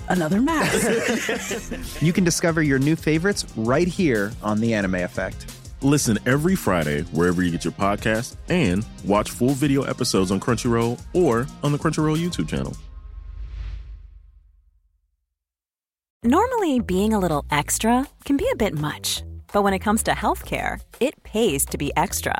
Speaker 8: another
Speaker 3: (laughs)
Speaker 8: mask.
Speaker 5: you can discover your new favorites right here on The Anime Effect.
Speaker 6: Listen every Friday wherever you get your podcast and watch full video episodes on Crunchyroll or on the Crunchyroll YouTube channel.
Speaker 9: Normally, being a little extra can be a bit much, but when it comes to healthcare, it pays to be extra.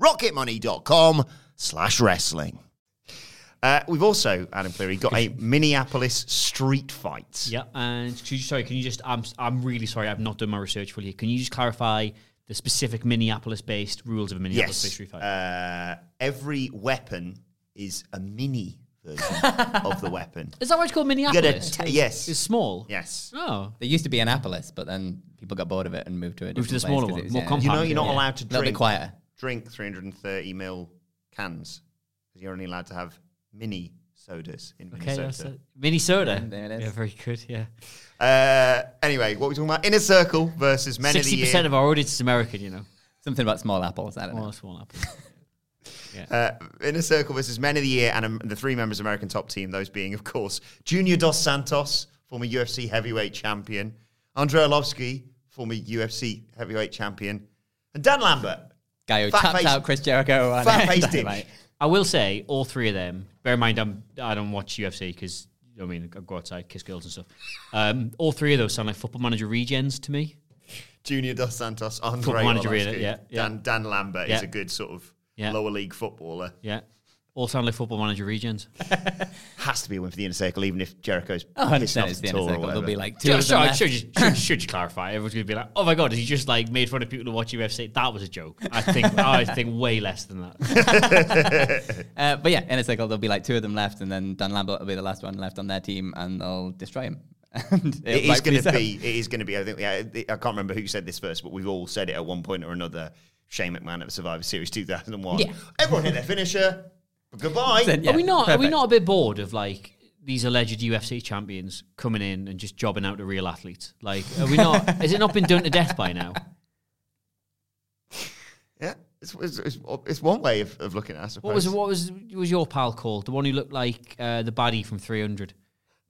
Speaker 2: rocketmoney.com slash wrestling. Uh, we've also, Adam Cleary, got a Minneapolis street fight.
Speaker 3: Yeah, and could you- sorry, can you just? I'm I'm really sorry, I've not done my research fully. Can you just clarify the specific Minneapolis-based rules of a Minneapolis
Speaker 2: Yes.
Speaker 3: street fight?
Speaker 2: Uh, every weapon is a mini (laughs) version of the weapon.
Speaker 3: Is that why it's called Minneapolis?
Speaker 2: ta- yes.
Speaker 3: it's small.
Speaker 2: Yes.
Speaker 3: Oh,
Speaker 4: There used to be Annapolis, but then people got bored of it and moved to it.
Speaker 3: Moved to the smaller one, more
Speaker 2: You
Speaker 3: compact.
Speaker 2: know, you're not
Speaker 3: Yeah.
Speaker 2: allowed to
Speaker 4: A little bit
Speaker 2: drink,
Speaker 4: quieter.
Speaker 2: drink 330 mil cans because you're only allowed to have mini sodas in
Speaker 3: okay, that's
Speaker 2: Minnesota.
Speaker 3: it. Minnesota.
Speaker 4: There it is.
Speaker 3: Yeah, very good. Yeah,
Speaker 2: Uh, anyway, what are we talking about? Inner Circle versus Men
Speaker 3: sixty
Speaker 2: of the Year.
Speaker 3: percent of our audience is
Speaker 2: (laughs)
Speaker 3: American. You know,
Speaker 4: Something about small apples. I don't
Speaker 3: well,
Speaker 4: know.
Speaker 3: that's one up.
Speaker 2: Uh, Inner Circle versus Men of the Year and um, the three members of American Top Team, those being, of course, Junior Dos Santos, former UFC heavyweight champion, Andre Arlovsky, former UFC heavyweight champion, and Dan Lambert.
Speaker 4: Guy who
Speaker 2: Fat
Speaker 4: tapped
Speaker 2: face-
Speaker 4: out Chris Jericho. on (laughs)
Speaker 2: fat face
Speaker 4: Dynamite.
Speaker 2: dick.
Speaker 3: I will say all three of them. Bear in mind, I'm I don't watch UFC because I mean I go outside, kiss girls and stuff. Um, all three of those sound like Football Manager regens to me.
Speaker 2: Junior Dos Santos, Andre
Speaker 3: Football manager,
Speaker 2: Arlovsky,
Speaker 3: really, yeah, yeah.
Speaker 2: Dan, Dan Lambert is
Speaker 3: Yeah.
Speaker 2: a good sort of
Speaker 3: Yeah.
Speaker 2: lower league footballer.
Speaker 3: Yeah, all sound like Football Manager
Speaker 4: (laughs)
Speaker 3: regens.
Speaker 2: Has to be a win for the Inner Circle, even if Jericho's
Speaker 4: Oh, I
Speaker 2: pissing
Speaker 4: understand
Speaker 2: off
Speaker 4: it's
Speaker 2: the
Speaker 4: the end of
Speaker 2: tour or
Speaker 4: the circle. There'll
Speaker 2: whatever.
Speaker 4: be like two
Speaker 3: Yeah,
Speaker 4: of them
Speaker 3: sorry,
Speaker 4: left.
Speaker 3: should, you- should, should you clarify? Everyone's gonna be like, "Oh my god, he just like made fun of people who watch UFC." That was a joke. I
Speaker 4: (laughs)
Speaker 3: think I think way less than that.
Speaker 4: Uh, but yeah, in a circle, there'll be like two of them left, and then Dan Lambert will be the last one left on their team, and they'll destroy him. (laughs) and
Speaker 2: It is going to be. It is going to be. I think. Yeah, I can't remember who said this first, but we've all said it at one point or another. Shane McMahon at Survivor Series 2001.
Speaker 4: Yeah.
Speaker 2: Everyone hit their finisher. Goodbye.
Speaker 4: Then, (laughs) yeah,
Speaker 3: are we not? Are we
Speaker 4: perfect.
Speaker 3: not a bit bored of like these alleged UFC champions coming in and just jobbing out to real athletes? Like, are we
Speaker 4: (laughs)
Speaker 3: not? has it not been done to death by now?
Speaker 2: Yeah, it's, it's, it's, it's one way of, of looking at. it, I suppose.
Speaker 3: What was what was was your pal called? The one who looked like uh, the baddie from Three Hundred,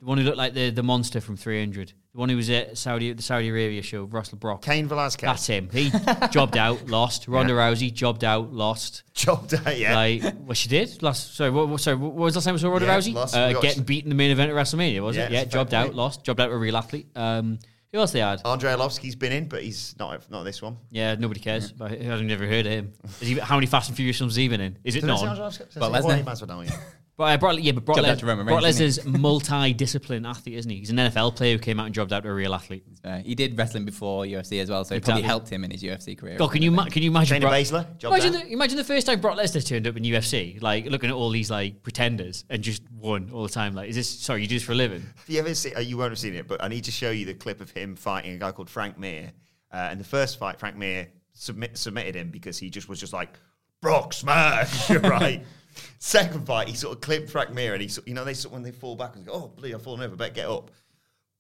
Speaker 3: the one who looked like the the monster from Three Hundred, the one who was at Saudi the Saudi Arabia show, Russell Brock.
Speaker 2: Kane Velasquez?
Speaker 3: That's him. He jobbed out, lost. Ronda Rousey jobbed out, lost.
Speaker 2: (laughs) Job done. Yeah.
Speaker 3: Like what she did last. Sorry, what, what- sorry. What was the last time we saw Ronda
Speaker 2: Yeah,
Speaker 3: Rousey?
Speaker 2: lost. We
Speaker 3: Uh,
Speaker 2: got-
Speaker 3: getting beaten in the main event at WrestleMania, was
Speaker 2: Yeah,
Speaker 3: it? Yeah,
Speaker 2: it's a Oh. fair
Speaker 3: jobbed out,
Speaker 2: point.
Speaker 3: lost. Jobbed out to a real athlete. Um, who else they had?
Speaker 2: Andre Arlovsky's been in, but he's not not this one.
Speaker 3: Yeah, nobody cares. But I've never heard of him. Is he, how many Fast and Furious films has he been in? Is it
Speaker 2: Did I say
Speaker 3: none?
Speaker 2: Andre Arlovsky?
Speaker 4: Brock
Speaker 2: Well,
Speaker 4: Lesnar.
Speaker 2: he might as well know, yeah.
Speaker 3: But uh, Brock, yeah, but Brock,
Speaker 4: Jobbed out
Speaker 3: Les-
Speaker 4: to Roman
Speaker 3: Brock
Speaker 4: Reigns, (laughs)
Speaker 3: Lesnar's multi-discipline athlete, isn't he? He's an NFL player who came out and jobbed out to a real athlete.
Speaker 4: Uh, he did wrestling before UFC as well, so it
Speaker 3: Exactly.
Speaker 4: probably helped him in his UFC career.
Speaker 3: God, can you ma- can you imagine?
Speaker 2: Shayna Baszler, job
Speaker 3: imagine
Speaker 2: done.
Speaker 3: the, imagine the first time Brock Lesnar turned up in UFC, like looking at all these like pretenders and just won all the time. Like, is this sorry? You do this for a living?
Speaker 2: Have you ever seen? Uh, you won't have seen it, but I need to show you the clip of him fighting a guy called Frank Mir. Uh, and the first fight, Frank Mir submit, submitted him because he just was just like Brock smash, (laughs) right? Second fight, he sort of clipped Frank Mir, and he, sort- you know, they sort when they fall back and go, oh, bleed, I've fallen over, better get up. (laughs)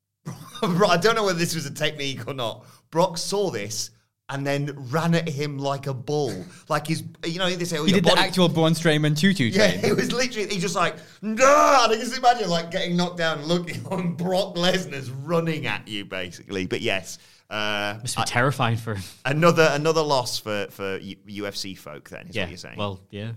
Speaker 2: Bro- I don't know whether this was a technique or not. Brock saw this and then ran at him like a bull, like his, you know, they say, oh,
Speaker 4: He
Speaker 2: your
Speaker 4: did the
Speaker 2: body-
Speaker 4: actual Braun Strowman choo choo
Speaker 2: yeah,
Speaker 4: train.
Speaker 2: it was literally he just like no, and I can just imagine like getting knocked down, looking on Brock Lesnar's running at you basically. But yes, uh,
Speaker 3: Must be terrifying for him.
Speaker 2: another another loss for for U- UFC folk. Then is
Speaker 3: yeah.
Speaker 2: what you're saying.
Speaker 3: Well, yeah.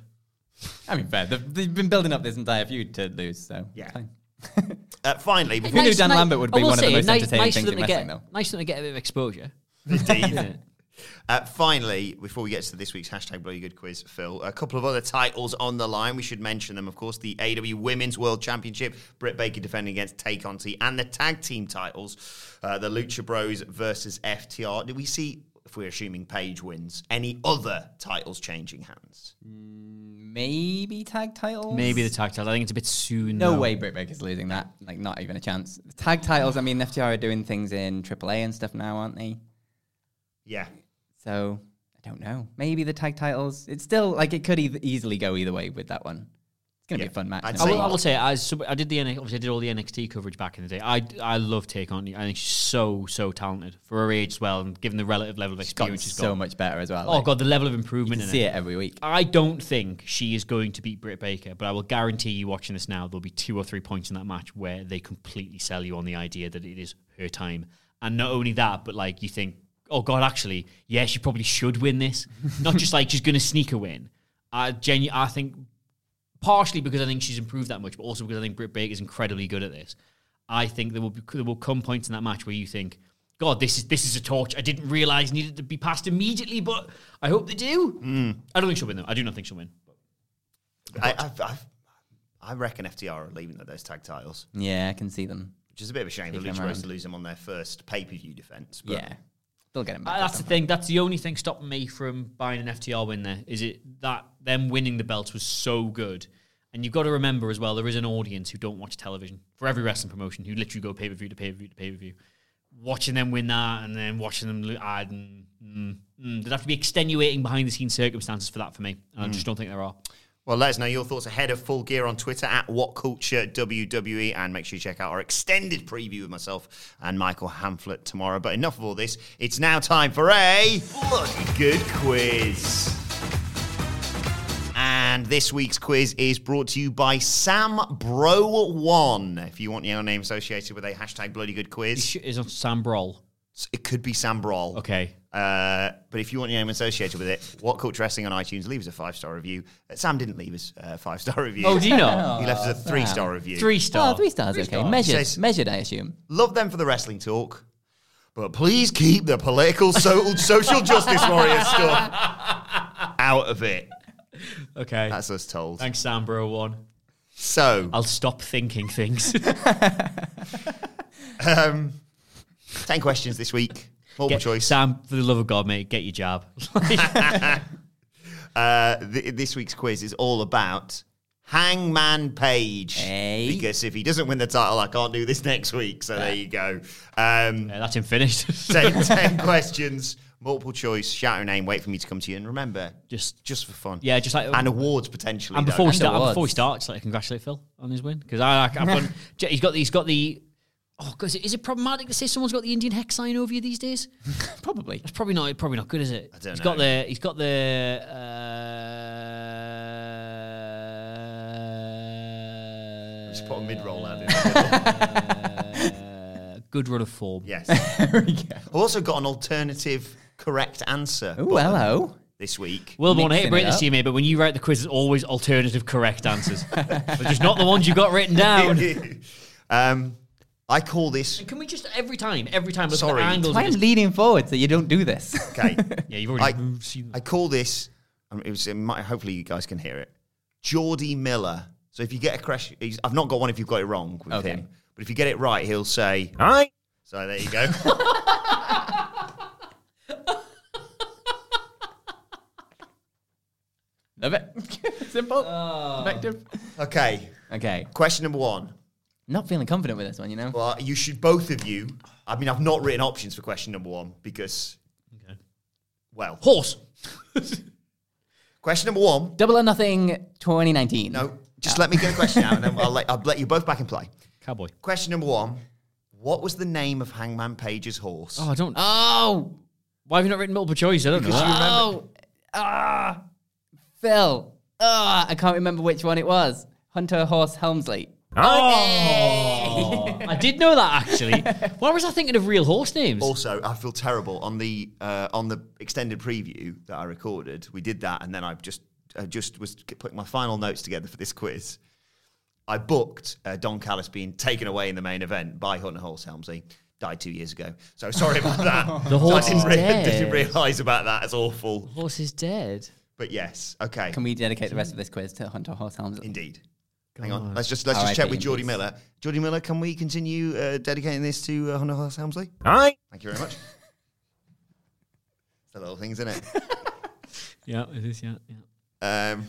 Speaker 4: I mean, fair. They've, they've been building up this entire feud to lose, so
Speaker 2: Yeah.
Speaker 4: fine.
Speaker 2: (laughs) uh, finally,
Speaker 4: Who
Speaker 2: before
Speaker 4: knew Dan Lambert would
Speaker 3: I
Speaker 4: be
Speaker 3: will
Speaker 4: one of the
Speaker 3: say,
Speaker 4: most
Speaker 3: nice-
Speaker 4: entertaining
Speaker 3: nice
Speaker 4: things
Speaker 3: that
Speaker 4: in
Speaker 3: they
Speaker 4: wrestling,
Speaker 3: get,
Speaker 4: though?
Speaker 3: Nice that they get a bit of exposure.
Speaker 2: indeed, (laughs) uh, finally, before we get to this week's hashtag bloody good quiz, Phil, a couple of other titles on the line. We should mention them, of course. The AW Women's World Championship, Britt Baker defending against Tay Conti, and the tag team titles, uh, the Lucha Bros versus FTR. Did we see? If we're assuming Paige wins, any other titles changing hands?
Speaker 4: Maybe tag titles?
Speaker 3: Maybe the tag title. I think it's a bit soon.
Speaker 4: No
Speaker 3: though.
Speaker 4: way Britt Baker's losing that. Like, not even a chance. Tag titles, I mean, FTR are doing things in AAA and stuff now, aren't they?
Speaker 2: Yeah,
Speaker 4: So, I don't know. Maybe the tag titles. It's still, like, it could e- easily go either way with that one. gonna
Speaker 2: Yeah.
Speaker 4: be a fun match.
Speaker 2: I'd
Speaker 3: I
Speaker 4: now.
Speaker 2: say-
Speaker 3: will, I will say, I, sub- I did the NXT, obviously I did all the NXT coverage back in the day. I, I love Tay Conti. I think she's so so talented for her age as well, and given the relative level of
Speaker 4: She's gotten
Speaker 3: experience she's got.
Speaker 4: so much better as well.
Speaker 3: oh
Speaker 4: like,
Speaker 3: god, the level of improvement
Speaker 4: you
Speaker 3: in
Speaker 4: see
Speaker 3: it.
Speaker 4: it every week.
Speaker 3: I don't think she is going to beat Britt Baker, but I will guarantee you watching this now, there'll be two or three points in that match where they completely sell you on the idea that it is her time. And not only that, but like you think, oh God, actually, yeah, she probably should win this. not just like she's going to sneak a win. I, genu- I think partially because I think she's improved that much, but also because I think Britt Baker is incredibly good at this. I think there will be, there will come points in that match where you think, God, this is this is a torch I didn't realize needed to be passed immediately, but I hope they do. I don't think she'll win though. I do not think she'll win.
Speaker 2: I, I've, I've, I reckon FTR are leaving those tag titles,
Speaker 4: Yeah, I can see them.
Speaker 2: which is a bit of a shame. The
Speaker 4: them
Speaker 2: Lucha
Speaker 4: around.
Speaker 2: to lose them on their first pay per view defense. But
Speaker 4: yeah, they'll get him back.
Speaker 3: Uh,
Speaker 4: at
Speaker 3: that's
Speaker 4: some
Speaker 3: the thing. That's the only thing stopping me from buying an FTR win. There is it that them winning the belts was so good, and you've got to remember as well there is an audience who don't watch television for every wrestling promotion who literally go pay per view to pay per view to pay per view. Watching them win that and then watching them lose, I, mm, mm, mm. there'd have to be extenuating behind the scenes circumstances for that for me, and I just don't think there are.
Speaker 2: Well, let us know your thoughts ahead of Full Gear on Twitter at WhatCultureWWE, and make sure you check out our extended preview with myself and Michael Hamflet tomorrow. But enough of all this. It's now time for a look good quiz. And this week's quiz is brought to you by Sam Bro One. If you want your name associated with a hashtag bloody good quiz,
Speaker 3: Is on Sam Brawl.
Speaker 2: it could be Sam Brawl.
Speaker 3: Okay.
Speaker 2: Uh, but if you want your name associated with it, What Culture Wrestling on iTunes, leave us a five star review. Uh, Sam didn't leave us a five star review.
Speaker 3: Oh, do you know?
Speaker 2: He left us a three star review.
Speaker 3: Oh, Three
Speaker 4: point.
Speaker 3: star.
Speaker 4: Oh, three stars. okay, measured,
Speaker 2: Says-
Speaker 4: measured. I assume.
Speaker 2: Love them for the wrestling talk, but please keep the political so- social justice warrior stuff out of it.
Speaker 3: Okay.
Speaker 2: That's us told.
Speaker 3: Thanks, Sam Bro. One.
Speaker 2: So,
Speaker 3: I'll stop thinking things.
Speaker 2: 10 questions this week, multiple
Speaker 3: Get-
Speaker 2: choice.
Speaker 3: (laughs) Sam, for the love of God, mate, get your jab. (laughs)
Speaker 2: Uh, th- this week's quiz is all about Hangman Page.
Speaker 4: Hey.
Speaker 2: Because if he doesn't win the title, I can't do this next week. So, there you go. Um,
Speaker 3: Yeah, Uh, that's him finished.
Speaker 2: (laughs)
Speaker 3: (laughs)
Speaker 2: ten, 10 questions, multiple choice, shout your name, wait for me to come to you, and remember,
Speaker 3: Just-
Speaker 2: just for fun,
Speaker 3: yeah, just like
Speaker 2: and awards potentially.
Speaker 3: and
Speaker 2: though.
Speaker 3: before we start, and
Speaker 4: awards.
Speaker 3: before we start, just like congratulate Phil on his win because I, I I've
Speaker 4: (laughs)
Speaker 3: got, he's got the, he's got the. Oh, because is it problematic to say someone's got the Indian hex sign over you these days?
Speaker 4: (laughs) Probably.
Speaker 3: It's probably not. Probably not good, is it? I
Speaker 2: don't
Speaker 3: got
Speaker 2: know.
Speaker 3: the. He's got the. Uh,
Speaker 2: just put a mid roll out.
Speaker 3: (laughs) uh, good run of form.
Speaker 2: yes,
Speaker 4: There we go.
Speaker 2: I've also got an alternative correct answer.
Speaker 4: Ooh,
Speaker 2: button
Speaker 4: hello.
Speaker 2: This week,
Speaker 3: Will won't hate
Speaker 4: Mixing
Speaker 3: to break
Speaker 4: it
Speaker 3: this to you, mate, but when you write the quiz, it's always alternative correct
Speaker 4: (laughs)
Speaker 3: answers. but just not the ones you got
Speaker 2: (laughs)
Speaker 3: written down.
Speaker 2: um, I call
Speaker 3: (laughs)
Speaker 2: this.
Speaker 3: Can we just every time, every time, look
Speaker 2: Sorry.
Speaker 3: at the angles?
Speaker 4: Why
Speaker 3: of
Speaker 4: am I
Speaker 3: this-
Speaker 4: leaning forward so you don't do this?
Speaker 2: Okay,
Speaker 3: Yeah, you've already
Speaker 2: I,
Speaker 3: moved, seen
Speaker 2: I call this. um, It was, it might, hopefully, you guys can hear it. Geordie Miller. So if you get a crash, he's- I've not got one. If you've got it wrong with
Speaker 4: Okay.
Speaker 2: him, but if you get it right, he'll say.
Speaker 6: Hi.
Speaker 2: So there you go.
Speaker 4: (laughs)
Speaker 3: (laughs)
Speaker 4: Love it. (laughs) Simple. Effective.
Speaker 2: okay.
Speaker 4: Oh. Okay.
Speaker 2: Question number one.
Speaker 4: Not feeling confident with this one, you know?
Speaker 2: Well, you should both of you. I mean, I've not written options for question number one because, well,
Speaker 3: horse.
Speaker 2: (laughs) question number one.
Speaker 4: Double or nothing 2019.
Speaker 2: No, just let me get a question out, and then I'll let, I'll let you both back and play.
Speaker 3: Cowboy.
Speaker 2: Question number one. What was the name of Hangman Page's horse?
Speaker 3: Oh, I don't.
Speaker 4: Oh!
Speaker 3: Why have you not written multiple choice? I don't know.
Speaker 4: Oh! Ah! Phil. Ah! I can't remember which one it was. Hunter Horse Helmsley.
Speaker 3: Oh, I did know that (laughs) actually. Why was I thinking of real horse names?
Speaker 2: Also, I feel terrible on the uh, on the extended preview that I recorded. We did that, and then I just I just was putting my final notes together for this quiz. I booked uh, Don Callis being taken away in the main event by Hunter Horse Helmsley. Died two years ago, so sorry about that.
Speaker 3: (laughs) The horse
Speaker 2: I didn't,
Speaker 3: is
Speaker 2: (laughs)
Speaker 3: dead.
Speaker 2: didn't realise about that. It's awful,
Speaker 3: Horse is dead.
Speaker 2: but yes, okay,
Speaker 4: Can we dedicate the rest of this quiz to Hunter Horse Helmsley?
Speaker 2: indeed. Hang on, let's just let's just
Speaker 4: RIP
Speaker 2: check with
Speaker 4: in
Speaker 2: Geordie
Speaker 4: peace.
Speaker 2: Miller. Geordie Miller, can we continue uh, dedicating this to uh, Hunter Horse Helmsley?
Speaker 6: Hi.
Speaker 2: Thank you very much. it's the little things, isn't it?
Speaker 3: Yeah, it is. Yeah, yeah.
Speaker 2: Um,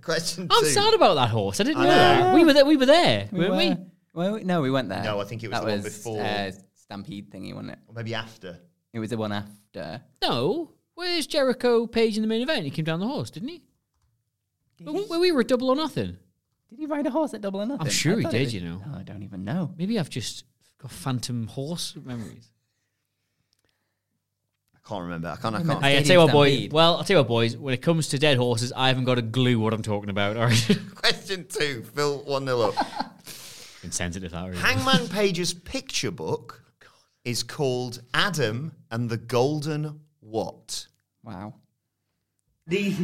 Speaker 2: (laughs) question
Speaker 3: I'm
Speaker 2: two.
Speaker 3: sad about that horse. I didn't
Speaker 2: I
Speaker 3: know. that. We were there. We were there, weren't we?
Speaker 4: Well, we- no, we went there.
Speaker 2: No, I think it was
Speaker 4: that
Speaker 2: the one
Speaker 4: was,
Speaker 2: before.
Speaker 4: Uh, Stampede thingy, wasn't it?
Speaker 2: Or maybe after.
Speaker 4: It was the one after.
Speaker 3: No. Where's Jericho Page in the main event? He came down the horse, didn't he? But when we were at Double or Nothing,
Speaker 4: Did he ride a horse at Double or Nothing?
Speaker 3: sure
Speaker 4: I
Speaker 3: he
Speaker 4: thought it
Speaker 3: did,
Speaker 4: was-
Speaker 3: you know.
Speaker 4: Oh, I don't even know.
Speaker 3: maybe I've just got phantom horse memories.
Speaker 2: I can't remember. I can't. I can't.
Speaker 3: I, I
Speaker 4: Stadium
Speaker 3: tell you what, boy.
Speaker 4: Stampede.
Speaker 3: Well, I tell you what, boys. When it comes to dead horses, I haven't got a glue what I'm talking about. All right, (laughs)
Speaker 2: Question two. Phil one 0 up.
Speaker 3: insensitive. That really.
Speaker 2: Hangman Page's picture book is called Adam and the Golden What?
Speaker 4: Wow.
Speaker 2: Is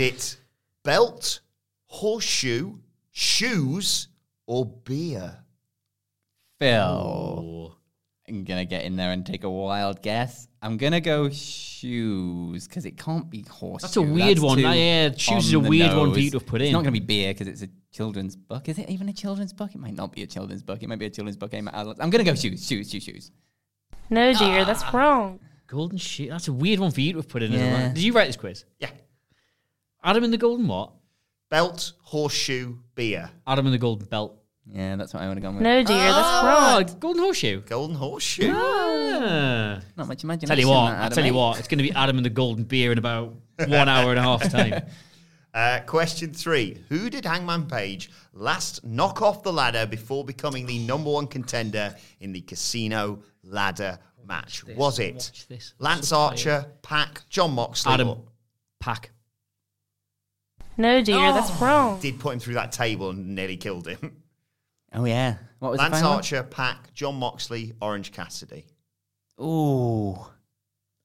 Speaker 2: it belt, horseshoe, shoes, or beer?
Speaker 4: Phil.
Speaker 3: Oh.
Speaker 4: I'm going to get in there and take a wild guess. I'm going to go shoes because it can't be horse.
Speaker 3: That's a weird one. That- yeah, shoes is a weird one for you to have put
Speaker 4: It's
Speaker 3: in.
Speaker 4: not going to be beer because it's a children's book. Is it even a children's book? It might not be a children's book. It might be a children's book aimed at adults. I'm going to go shoes, shoes, shoes, shoes.
Speaker 10: No, dear, that's wrong.
Speaker 3: Golden shoe. That's a weird one for you to have put in. isn't
Speaker 4: Yeah.
Speaker 3: it? Did you write this quiz?
Speaker 2: Yeah.
Speaker 3: Adam and the Golden what?
Speaker 2: Belt, horseshoe, beer.
Speaker 3: Adam and the Golden Belt.
Speaker 4: Yeah, that's what I want to go with.
Speaker 10: No, dear, that's
Speaker 3: Oh,
Speaker 10: wrong.
Speaker 3: Golden Horseshoe.
Speaker 2: Golden horseshoe.
Speaker 3: Ah.
Speaker 4: Not much imagination.
Speaker 3: Oh. Tell you what,
Speaker 4: that
Speaker 3: I tell you
Speaker 4: Adam, eh?
Speaker 3: what, it's going to be Adam and the Golden Beer in about (laughs) one hour and a half time. (laughs)
Speaker 2: Uh, question three. Who did Hangman Page last knock off the ladder before becoming the number one contender in the casino ladder match? Was it
Speaker 3: watch this.
Speaker 2: Lance
Speaker 3: Supplier.
Speaker 2: Archer, Pack, John Moxley?
Speaker 3: Adam
Speaker 2: or-
Speaker 3: Pack.
Speaker 10: No, dear, that's wrong.
Speaker 2: Did put him through that table and nearly killed him.
Speaker 4: Oh, yeah. What was
Speaker 2: Lance
Speaker 4: the final?
Speaker 2: Archer, Pack, John Moxley, Orange Cassidy.
Speaker 4: Ooh.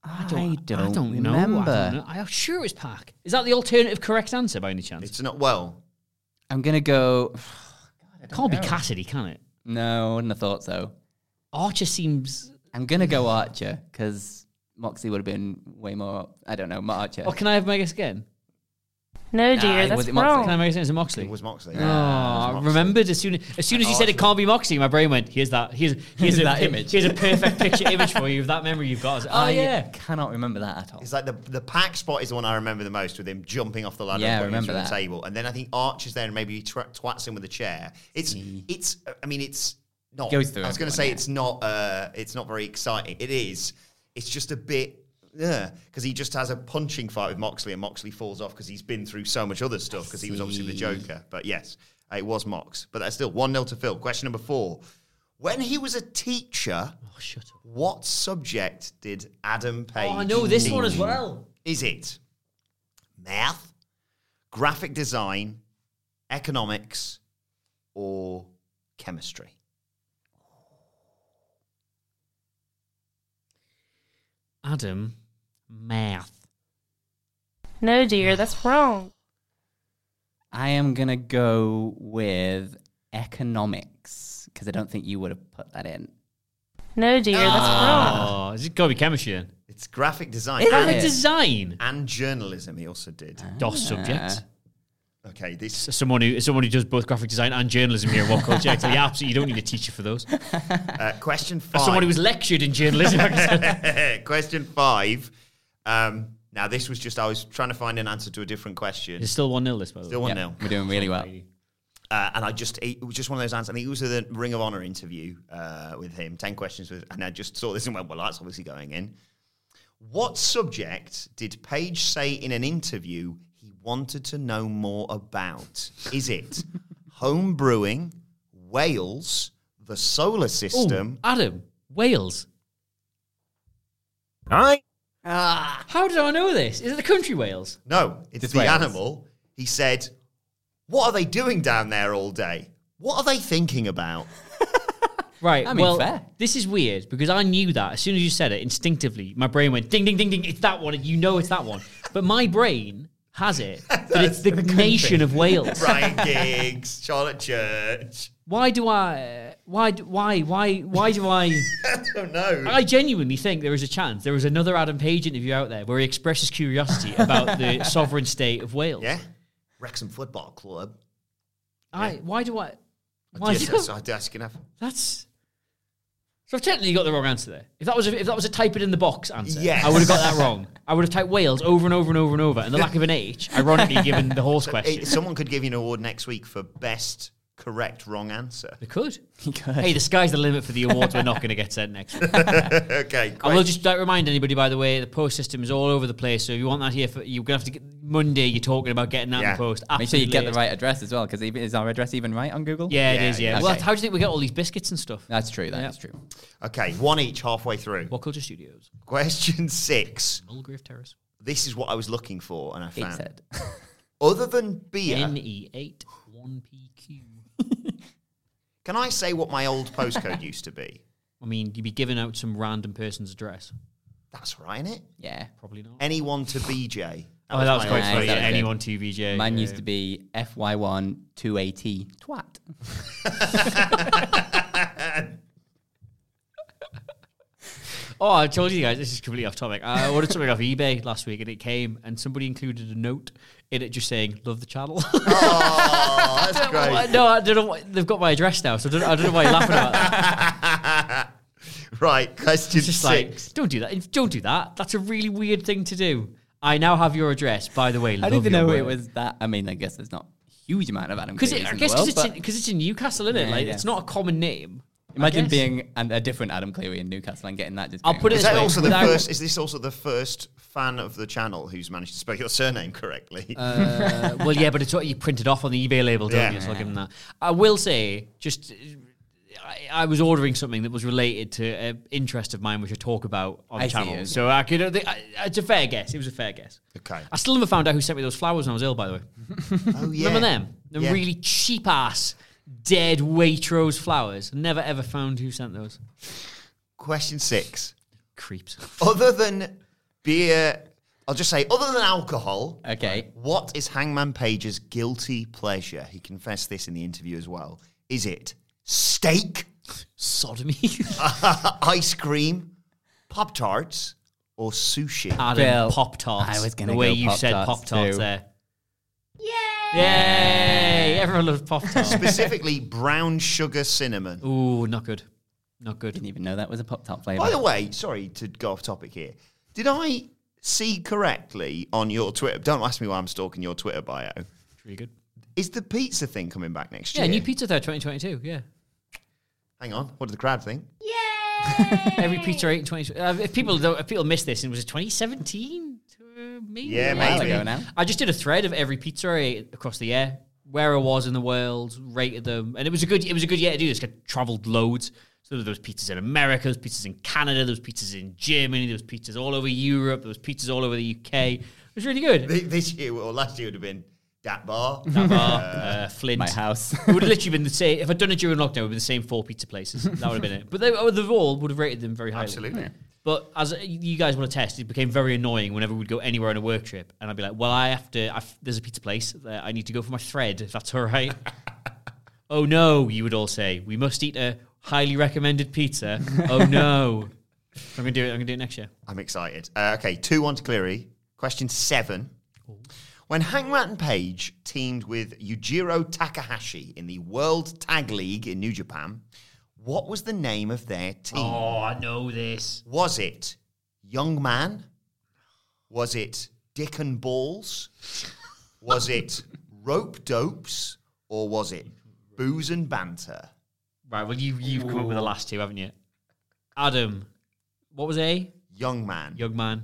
Speaker 4: I don't,
Speaker 3: I don't
Speaker 4: remember.
Speaker 3: know. I don't know. I'm sure it's Pack. Is that the alternative correct answer by any chance?
Speaker 2: It's not well.
Speaker 4: I'm going to go. (sighs)
Speaker 3: It can't be Cassidy, can it?
Speaker 4: No, I wouldn't have thought so.
Speaker 3: Archer seems.
Speaker 4: I'm gonna go Archer because Moxie would have been way more. I don't know, Mark Archer.
Speaker 3: Oh, can I have my guess again?
Speaker 10: No,
Speaker 4: Nah,
Speaker 10: dear,
Speaker 4: it
Speaker 10: that's
Speaker 4: wasn't Moxley.
Speaker 3: Can I
Speaker 10: wrong.
Speaker 3: have my guess again? Is it Moxley?
Speaker 2: It was Moxley.
Speaker 3: Oh, I remembered as soon as, as soon as you said it can't be Moxie, my brain went, "Here's that. Here's
Speaker 2: (laughs)
Speaker 3: here's, a,
Speaker 4: that
Speaker 3: pi-
Speaker 4: image.
Speaker 3: Here's a perfect picture image for you of that memory you've got." I was like, oh
Speaker 4: I
Speaker 3: yeah,
Speaker 4: cannot remember that at all.
Speaker 2: It's like the the pack spot is the one I remember the most, with him jumping off the ladder,
Speaker 4: Yeah, I
Speaker 2: and putting him
Speaker 4: remember
Speaker 2: through
Speaker 4: that.
Speaker 2: the table, and then I think Archer's there and maybe he tra- twats him with a chair. It's it's. I mean, it's not.
Speaker 4: Goes through
Speaker 2: I was going to
Speaker 4: everyone,
Speaker 2: say
Speaker 4: yeah.
Speaker 2: it's not. Uh, it's not very exciting. It is. It's just a bit. Yeah, because he just has a punching fight with Moxley, and Moxley falls off because he's been through so much other stuff. Because he was obviously the Joker. But yes, it was Mox. But that's still one 0 to Phil. Question number four: When he was a teacher,
Speaker 4: Oh,
Speaker 3: shut up.
Speaker 2: what subject did Adam Page?
Speaker 3: Oh, I know this one as
Speaker 2: teach?
Speaker 3: well.
Speaker 2: Is it math, graphic design, economics, or chemistry?
Speaker 3: Adam, math.
Speaker 10: No, dear, that's wrong.
Speaker 4: I am gonna go with economics because I don't think you would have put that in.
Speaker 10: No, dear, that's wrong.
Speaker 3: Oh, is it got to be chemistry then?
Speaker 2: It's graphic design
Speaker 4: Is
Speaker 2: and,
Speaker 4: it?
Speaker 3: Graphic design.
Speaker 2: and journalism. He also did.
Speaker 3: DOS subject.
Speaker 2: Okay, this
Speaker 3: S- Someone who someone who does both graphic design and journalism here at (laughs) What Culture. Actually, absolutely, you don't need a teacher for those. As
Speaker 2: uh, question five.
Speaker 3: someone
Speaker 2: (laughs)
Speaker 3: who was lectured in journalism.
Speaker 2: question five. Um, now this was just I was trying to find an answer to a different question.
Speaker 3: It's still one 0 this by the way.
Speaker 2: Still one
Speaker 4: Yep,
Speaker 2: nil.
Speaker 4: We're doing
Speaker 3: (laughs)
Speaker 4: really well. (laughs)
Speaker 2: Uh, and I just, it was just one of those answers. I think it was the Ring of Honor interview uh, with him, 10 questions with, and I just saw this and went, well, that's obviously going in. What subject did Paige say in an interview he wanted to know more about? Is it home brewing, Wales, the solar
Speaker 3: Ooh,
Speaker 2: system?
Speaker 3: Adam, Wales.
Speaker 6: I
Speaker 2: Ah,
Speaker 3: How did I know this? Is it the country Wales?
Speaker 2: no, it's
Speaker 4: It's
Speaker 2: the
Speaker 4: Wales.
Speaker 2: animal. He said, what are they doing down there all day? What are they thinking about?
Speaker 3: Right.
Speaker 4: I mean,
Speaker 3: well,
Speaker 4: fair.
Speaker 3: this is weird because I knew that as soon as you said it, instinctively, my brain went ding, ding, ding, ding. It's that one. You know, it's that one. But my brain has (laughs) it that it's the, nation of Wales.
Speaker 2: Brian Giggs, Charlotte Church.
Speaker 3: Why do I? Why? do- Why? Why? Why do (laughs) I?
Speaker 2: don't know.
Speaker 3: I genuinely think there is a chance there is another Adam Page interview out there where he expresses curiosity about (laughs) the sovereign state of Wales.
Speaker 2: yeah, Wrexham Football Club.
Speaker 3: I. Why do I? Why?
Speaker 2: Yes,
Speaker 3: do
Speaker 2: that's,
Speaker 3: I-
Speaker 2: I- that's gonna have-
Speaker 3: That's. So I've technically got the wrong answer there. If that was a, if that was a type it in the box answer,
Speaker 2: Yes.
Speaker 3: I would have got that wrong. I would have typed Wales over and over and over and over, and the lack of an H, ironically, given the horse
Speaker 2: Hey,
Speaker 3: question.
Speaker 2: someone could give you an award next week for best correct wrong answer.
Speaker 3: (laughs) They could.
Speaker 4: You could.
Speaker 3: Hey, the sky's the limit for the awards we're not going to get sent next week.
Speaker 2: okay,
Speaker 3: I will
Speaker 2: great.
Speaker 3: just like, remind anybody, by the way, the post system is all over the place. So if you want that here, for, you're going to have to get Monday, you're talking about getting that in
Speaker 2: Yeah.
Speaker 3: the post.
Speaker 4: Make sure you get the
Speaker 3: Absolutely.
Speaker 4: right address as well, because is our address even right on Google?
Speaker 3: Yeah,
Speaker 2: Yeah,
Speaker 3: it is, yeah.
Speaker 2: okay.
Speaker 3: Well, how do you think we get all these biscuits and stuff?
Speaker 4: That's true. That's true.
Speaker 2: okay, one each halfway through.
Speaker 3: What Culture Studios?
Speaker 2: Question six.
Speaker 3: Mulgrave Terrace.
Speaker 2: This is what I was looking for, and I
Speaker 4: It
Speaker 2: found.
Speaker 4: said.
Speaker 2: (laughs) Other than beer,
Speaker 3: NE8 1PQ.
Speaker 2: can I say what my old postcode used to be?
Speaker 3: I mean, you'd be giving out some random person's address.
Speaker 2: That's all right, innit?
Speaker 4: Yeah.
Speaker 3: Probably not.
Speaker 2: Anyone to BJ.
Speaker 3: oh, that was
Speaker 2: my old
Speaker 3: quite
Speaker 4: yeah,
Speaker 3: funny. Yeah,
Speaker 4: that was good.
Speaker 3: anyone TVJ.
Speaker 4: Mine
Speaker 3: yeah.
Speaker 4: used to be FY1 2AT twat.
Speaker 3: Oh, I told you guys, this is completely off topic. Uh, I ordered something off eBay last week and it came and somebody included a note in it just saying, love the channel. (laughs)
Speaker 2: Oh, that's
Speaker 3: Well,
Speaker 2: great.
Speaker 3: no, I don't know. Why, they've got my address now, so I don't, I don't know why you're laughing about that.
Speaker 2: right, question
Speaker 3: It's just
Speaker 2: six.
Speaker 3: like, don't do that. Don't do that. That's a really weird thing to do. I now have your address. By the way,
Speaker 4: I don't even know it was that. I mean, I guess there's not a huge amount of Adam
Speaker 3: Because
Speaker 4: Cleese
Speaker 3: I
Speaker 4: in
Speaker 3: guess
Speaker 4: the world,
Speaker 3: because it's,
Speaker 4: but
Speaker 3: in- 'cause it's in Newcastle, isn't it?
Speaker 4: Yeah,
Speaker 3: Like
Speaker 4: yeah.
Speaker 3: it's not a common name. I
Speaker 4: imagine
Speaker 3: guess.
Speaker 4: being an, a different Adam Cleary in Newcastle and getting that. Just
Speaker 3: I'll
Speaker 4: going,
Speaker 3: put it
Speaker 2: is
Speaker 3: this
Speaker 2: that
Speaker 3: way,
Speaker 2: also the
Speaker 3: without-
Speaker 2: first? Is this also the first fan of the channel who's managed to spell your surname correctly?
Speaker 3: Uh, well, yeah, but it's what you printed off on the eBay label, don't
Speaker 2: Yeah.
Speaker 3: you? So I'll give them that. I will say, just uh, I, I was ordering something that was related to an interest of mine, which I talk about on
Speaker 4: I
Speaker 3: the
Speaker 4: see,
Speaker 3: channel.
Speaker 4: okay.
Speaker 3: So I could, I, I, it's a fair guess. It was a fair guess.
Speaker 2: (laughs) okay.
Speaker 3: I still never found out who sent me those flowers when I was ill, by the way.
Speaker 2: Oh yeah.
Speaker 3: Remember them? The
Speaker 2: Yeah.
Speaker 3: really cheap ass dead Waitrose flowers. Never ever found who sent those.
Speaker 2: Question six.
Speaker 3: Creeps. (laughs)
Speaker 2: Other than beer, I'll just say other than alcohol.
Speaker 4: Okay.
Speaker 2: What is Hangman Page's guilty pleasure? He confessed this in the interview as well. Is it steak, (laughs)
Speaker 3: Sodomy. (laughs)
Speaker 2: ice cream, pop tarts, or sushi?
Speaker 3: (laughs) Adam
Speaker 4: Bill,
Speaker 3: Pop Tarts.
Speaker 4: I was gonna
Speaker 3: The way
Speaker 4: go
Speaker 3: you said
Speaker 4: Pop-Tarts
Speaker 3: Pop Tarts
Speaker 4: too.
Speaker 3: there. Yay! Yay! Everyone loves Pop Tarts.
Speaker 2: Specifically, brown sugar cinnamon.
Speaker 3: Ooh, not good. Not good.
Speaker 4: Didn't even know that was a pop top flavor.
Speaker 2: By the way, sorry to go off topic here. Did I see correctly on your Twitter? Don't ask me why I'm stalking your Twitter bio.
Speaker 3: Pretty good.
Speaker 2: Is the pizza thing coming back next
Speaker 3: Yeah,
Speaker 2: year?
Speaker 3: new pizza there, 2022. Yeah.
Speaker 2: Hang on. What did the crowd (laughs) think?
Speaker 3: Every pizza I ate in 2022. Uh, if people don't, if people miss this, and was it 2017? Uh, maybe.
Speaker 2: Yeah,
Speaker 4: a while
Speaker 2: maybe.
Speaker 4: ago now.
Speaker 3: I just did a thread of every pizza I ate across the year, where I was in the world, rated them, and it was a good it was a good year to do this. 'cause I travelled loads. So there was pizzas in America, there was pizzas in Canada, there was pizzas in Germany, there was pizzas all over Europe, there was pizzas all over the UK. It was really good.
Speaker 2: Th- This year or last year would have been that bar. (laughs)
Speaker 3: Bar, uh, Flint.
Speaker 4: my house.
Speaker 3: it would have literally been the same. If I'd done it during lockdown, it would have been the same four pizza places. That would have been it. But they, oh, the all would have rated them very highly.
Speaker 2: Absolutely.
Speaker 3: But as you guys will attest, it became very annoying whenever we'd go anywhere on a work trip, and I'd be like, "Well, I have to. I've, there's a pizza place that I need to go for my thread. If that's all (laughs) right." oh no, you would all say, "We must eat a highly recommended pizza." oh no, I'm gonna do it. I'm gonna do it next year.
Speaker 2: I'm excited. Uh, okay, 2 1 to Cleary. Question seven. When Hangman Page teamed with Yujiro Takahashi in the World Tag League in New Japan, what was the name of their team?
Speaker 3: Oh, I know this.
Speaker 2: Was it Young Man? Was it Dick and Balls? Was it Rope Dopes? Or was it Booze and Banter?
Speaker 3: Right. Well, you you've come up with the last two, haven't you? Adam, what was A?
Speaker 2: Young Man.
Speaker 3: Young man.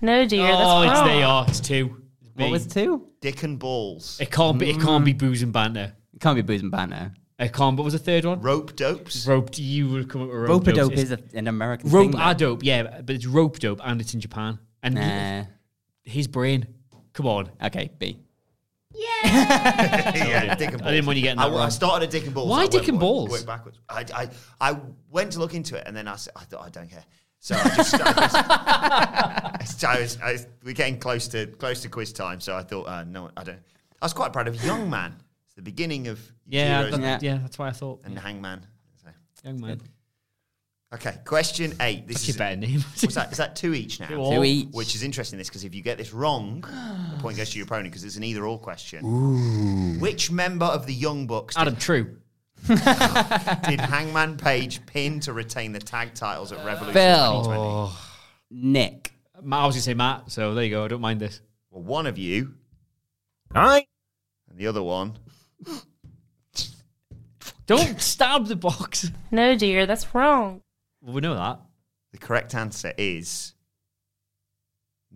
Speaker 10: No, dear, that's
Speaker 3: oh,
Speaker 10: wrong.
Speaker 3: it's they are. It's two. It's
Speaker 4: what
Speaker 3: B.
Speaker 4: was two?
Speaker 2: Dick and Balls.
Speaker 3: It can't be. It can't be booze and banter.
Speaker 4: It can't be booze and banter.
Speaker 3: It can't. What was the third one?
Speaker 2: Rope Dopes?
Speaker 3: Rope. You would come up with rope.
Speaker 4: Rope a dope
Speaker 3: dopes.
Speaker 4: is a, an American
Speaker 3: It's rope.
Speaker 4: thing.
Speaker 3: Ah, dope. Yeah, but it's rope dope, and it's in Japan. And
Speaker 4: nah.
Speaker 3: his brain. Come on.
Speaker 4: Okay, B.
Speaker 2: yeah, Dick and
Speaker 3: I didn't want you getting
Speaker 2: I,
Speaker 3: that
Speaker 2: I
Speaker 3: wrong.
Speaker 2: started at Dick and Balls.
Speaker 3: Why
Speaker 2: I went
Speaker 3: Dick and
Speaker 2: wa-
Speaker 3: Balls?
Speaker 2: Went backwards. I, I, I went to look into it and then I, said, I thought, I don't care. So I just. I
Speaker 3: (laughs)
Speaker 2: was, I was, I was- we're getting close to close to quiz time, so I thought, uh, no, I don't. I was quite proud of Young Man. It's the beginning of
Speaker 3: Yeah, I
Speaker 2: Zero's
Speaker 3: thought- yeah.
Speaker 4: Yeah.
Speaker 3: That's why I thought.
Speaker 2: and Hangman. So-
Speaker 3: Young man.
Speaker 2: Okay, question eight. This
Speaker 3: That's your
Speaker 2: is,
Speaker 3: better name. (laughs)
Speaker 2: what's that, is that two each now?
Speaker 3: Two
Speaker 4: Two E, each.
Speaker 2: Which is interesting, this because if you get this wrong, the point goes to your opponent because it's an either-or question. Which member of the Young Bucks did
Speaker 3: Adam True.
Speaker 2: Did Hangman Page pin to retain the tag titles
Speaker 3: Uh,
Speaker 2: at Revolution?
Speaker 4: Phil.
Speaker 2: 2020?
Speaker 4: Nick.
Speaker 3: Matt, I was gonna say Matt. So there you go. I don't mind this.
Speaker 2: Well, one of you
Speaker 6: All right.
Speaker 2: and the other one
Speaker 3: (laughs) Don't stab the box.
Speaker 10: No, dear, that's wrong.
Speaker 3: Well, we know that.
Speaker 2: The correct answer is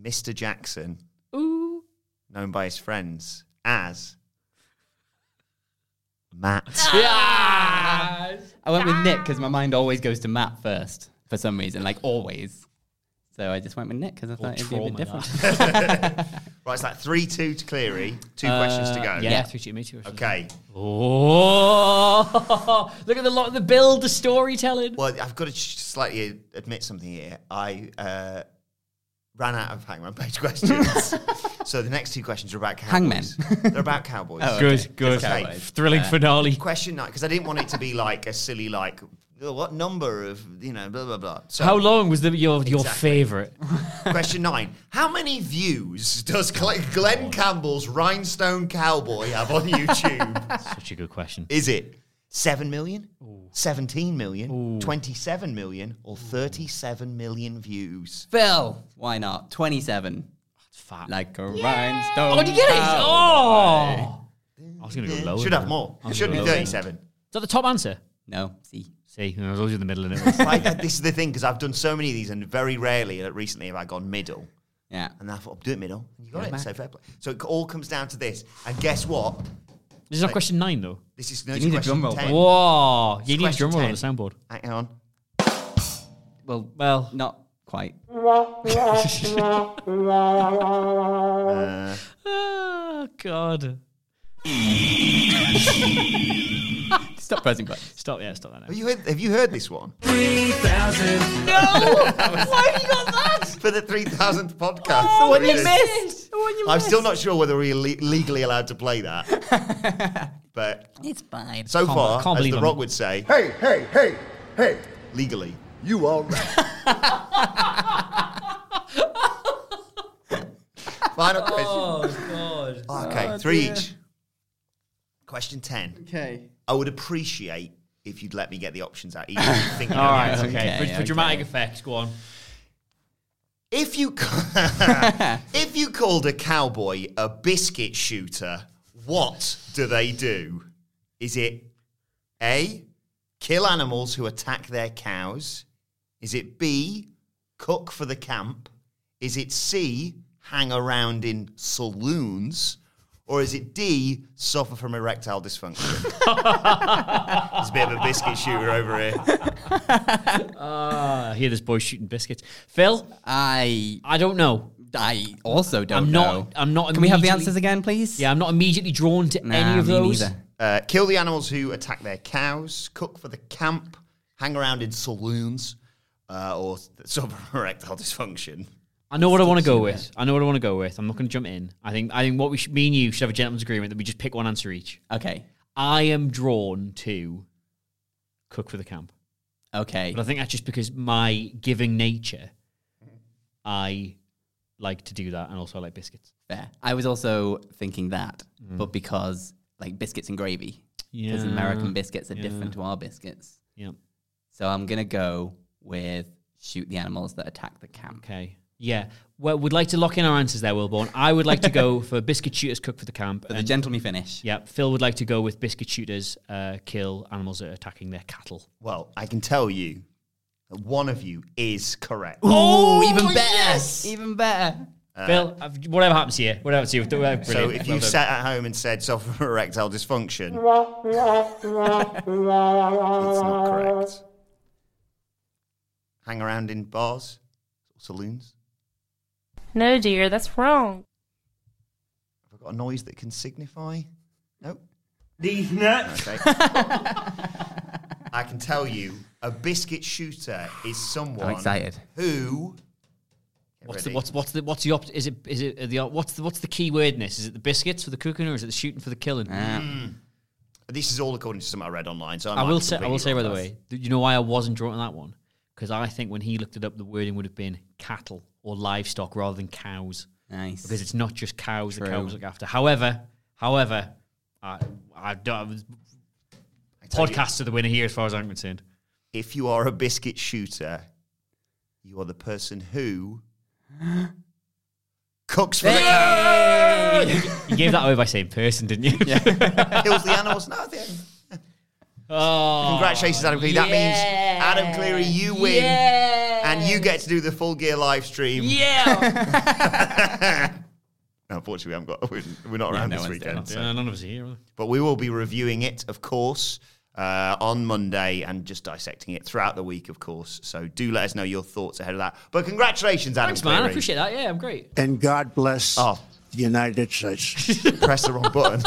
Speaker 2: Mr. Jackson,
Speaker 3: Ooh.
Speaker 2: known by his friends as
Speaker 3: (laughs)
Speaker 2: Matt.
Speaker 3: Yeah.
Speaker 4: I went with Nick
Speaker 3: Ah.
Speaker 4: because my mind always goes to Matt first for some reason, like always. So I just went with Nick because I thought it'd be a bit
Speaker 3: trauma,
Speaker 4: different.
Speaker 2: Right, it's like 3 2 to Cleary, two questions to go.
Speaker 4: Uh,
Speaker 3: Yeah, Uh, yeah. three, two, me too.
Speaker 2: Okay.
Speaker 3: Oh, (laughs) look at the lot, the build, the storytelling.
Speaker 2: Well, I've got to sh- slightly admit something here. I uh, ran out of hangman page (laughs) questions. so the next two questions are about
Speaker 4: Hangmen.
Speaker 2: cowboys. (laughs) They're about cowboys.
Speaker 3: Oh, Good, good,
Speaker 2: Okay.
Speaker 3: thrilling finale.
Speaker 2: Question nine, because I didn't want it to be like a silly, like, "Oh, what number of, you know, blah, blah, blah. So,
Speaker 3: How long was the, your your
Speaker 2: Exactly.
Speaker 3: favorite?
Speaker 2: Question nine. How many views does Cle- Glenn Campbell's Rhinestone Cowboy have on
Speaker 3: (laughs)
Speaker 2: YouTube?
Speaker 3: Such a good question.
Speaker 2: Is it 7 million, 17 million, 27 million, or 37 million views?
Speaker 4: Phil, why not? 27.
Speaker 3: Fat.
Speaker 4: Like a rhinestone.
Speaker 3: oh, did you get it?
Speaker 4: cowboy.
Speaker 3: Oh, I was gonna go
Speaker 4: Oh,
Speaker 3: lower.
Speaker 2: Should
Speaker 3: than
Speaker 2: have
Speaker 3: that.
Speaker 2: more. It
Speaker 3: I was
Speaker 2: should be
Speaker 3: gonna go lower than that.
Speaker 2: 37.
Speaker 3: Is that the top answer?
Speaker 4: No, see.
Speaker 3: See, I was always in the middle in it.
Speaker 2: I, that- this is the thing, because I've done so many of these, and very rarely like, recently have I gone middle.
Speaker 4: Yeah.
Speaker 2: And I thought, I'll do it middle. And you got it. So fair play. So it all comes down to this. And guess what?
Speaker 3: (laughs) this is not question nine though.
Speaker 2: This is no
Speaker 4: You need a
Speaker 2: question
Speaker 4: drum roll,
Speaker 2: 10.
Speaker 4: Bob.
Speaker 3: Whoa, you need a
Speaker 2: Question
Speaker 3: drum roll on
Speaker 2: 10.
Speaker 3: the soundboard.
Speaker 2: Hang on.
Speaker 4: Well,
Speaker 3: Well,
Speaker 4: not quite.
Speaker 2: Uh,
Speaker 3: oh god,
Speaker 4: Stop pressing buttons.
Speaker 3: stop! Yeah, stop that now.
Speaker 2: Have you heard, have you heard this one? (laughs)
Speaker 3: Why have you got that?
Speaker 2: For the 3000th podcast.
Speaker 4: Oh, What you
Speaker 2: Really?
Speaker 4: missed?
Speaker 2: I'm still not sure whether we're le- legally allowed to play that.
Speaker 4: (laughs)
Speaker 2: but
Speaker 4: It's fine.
Speaker 2: so
Speaker 3: Can't-
Speaker 2: far,
Speaker 3: can't
Speaker 2: as
Speaker 3: believe
Speaker 2: The
Speaker 3: I'm-
Speaker 2: Rock would say,
Speaker 11: Hey, hey, hey, hey,
Speaker 2: legally.
Speaker 11: you all right?
Speaker 3: (laughs)
Speaker 2: Final question.
Speaker 3: Oh, God. Oh,
Speaker 2: Okay, three each. Question 10.
Speaker 4: Okay.
Speaker 2: I would appreciate if you'd let me get the options out. Even if you
Speaker 3: (laughs)
Speaker 2: think you know
Speaker 3: All
Speaker 2: the
Speaker 3: right,
Speaker 2: answer.
Speaker 3: okay. for, for
Speaker 4: okay.
Speaker 3: dramatic effects, go on.
Speaker 2: If you ca- if you called a cowboy a biscuit shooter, what do they do? Is it A kill animals who attack their cows? Is it B cook for the camp? Is it C hang around in saloons? Or is it D suffer from erectile dysfunction? There's a bit of a biscuit shooter over here.
Speaker 3: I Uh, hear this boy shooting biscuits. Phil,
Speaker 4: I
Speaker 3: I don't know.
Speaker 4: I also don't
Speaker 3: I'm not-
Speaker 4: know.
Speaker 3: I'm not
Speaker 4: Can we have the
Speaker 3: immediately-
Speaker 4: answers again, please?
Speaker 3: Yeah, I'm not immediately drawn to
Speaker 4: Nah,
Speaker 3: any of
Speaker 4: me
Speaker 3: those.
Speaker 4: neither.
Speaker 2: Uh, kill the animals who attack their cows, cook for the camp, hang around in saloons, uh, or (laughs) suffer from erectile dysfunction.
Speaker 3: I know what I want to go with. I know what I want to go with. I'm not going to jump in. I think I think what we should, me and you should have a gentleman's agreement that we just pick one answer each.
Speaker 4: Okay.
Speaker 3: I am drawn to cook for the camp,
Speaker 4: Okay.
Speaker 3: but I think that's just because my giving nature, I like to do that, and also I like biscuits.
Speaker 4: Fair. I was also thinking that, but because like biscuits and gravy, because
Speaker 3: Yeah.
Speaker 4: American biscuits are different to our biscuits.
Speaker 3: Yeah.
Speaker 4: So I'm gonna go with shoot the animals that attack the camp.
Speaker 3: Okay. Yeah. Well, we'd like to lock in our answers there, Wilborn. I would like to
Speaker 4: (laughs)
Speaker 3: go for biscuit shooters cook for the camp.
Speaker 4: But the
Speaker 3: and-
Speaker 4: gentle me finish.
Speaker 3: yeah, Phil would like to go with biscuit shooters uh, kill animals that are attacking their cattle.
Speaker 2: Well, I can tell you that one of you is correct.
Speaker 4: Oh, even better. Even better.
Speaker 3: Uh, Phil, I've- whatever happens here, whatever happens here, brilliant.
Speaker 2: so if
Speaker 3: well
Speaker 2: you
Speaker 3: done.
Speaker 2: sat at home and said suffer from (laughs) erectile dysfunction, it's not correct. Hang around in bars, saloons.
Speaker 10: No, dear, that's wrong.
Speaker 2: Have I got a noise that can signify? Nope.
Speaker 11: These nuts.
Speaker 2: Okay. I can tell you, a biscuit shooter is someone
Speaker 4: excited.
Speaker 2: who. Get
Speaker 3: what's the
Speaker 2: ready.
Speaker 3: what's what's the what's the opt? Is it is it the op- what's the what's the key word in this? Is it the biscuits for the cooking or is it the shooting for the killing?
Speaker 2: Uh, This is all according to something I read online, so I,
Speaker 3: I
Speaker 2: might
Speaker 3: will
Speaker 2: be
Speaker 3: say I
Speaker 2: completely
Speaker 3: will say by
Speaker 2: wrong.
Speaker 3: the way, that you know why I wasn't drawn to that one because I think when he looked it up, the wording would have been cattle or livestock rather than cows.
Speaker 4: Nice.
Speaker 3: because it's not just cows that
Speaker 4: True.
Speaker 3: cows look after. However, however, I, I don't.
Speaker 2: I tell you,
Speaker 3: Podcasts are the winner here, as far as I'm concerned.
Speaker 2: If you are a biscuit shooter, you are the person who (gasps) cooks for the cow, (laughs)
Speaker 3: You gave that away by saying person, didn't you? Yeah.
Speaker 2: kills the animals. No, the-
Speaker 3: Oh,
Speaker 2: Congratulations, Adam Cleary. That means,
Speaker 3: yeah.
Speaker 2: Adam Cleary, you win.
Speaker 3: Yeah.
Speaker 2: And you get to do the full gear live stream.
Speaker 3: Yeah.
Speaker 2: (laughs) Unfortunately, we haven't got, we're, we're not around
Speaker 4: no
Speaker 2: this
Speaker 4: one's doing
Speaker 2: weekend.
Speaker 4: it.
Speaker 2: so-
Speaker 3: (laughs) Yeah, none of us are here. are we?
Speaker 2: But we will be reviewing it, of course, uh, on Monday and just dissecting it throughout the week, of course. So do let us know your thoughts ahead of that. But congratulations, Adam.
Speaker 3: Thanks, man. I
Speaker 2: Cleary.
Speaker 3: appreciate that. Yeah, I'm great.
Speaker 12: And God bless
Speaker 2: Oh.
Speaker 12: the United States.
Speaker 2: (laughs) Press the
Speaker 12: (laughs)
Speaker 2: wrong button.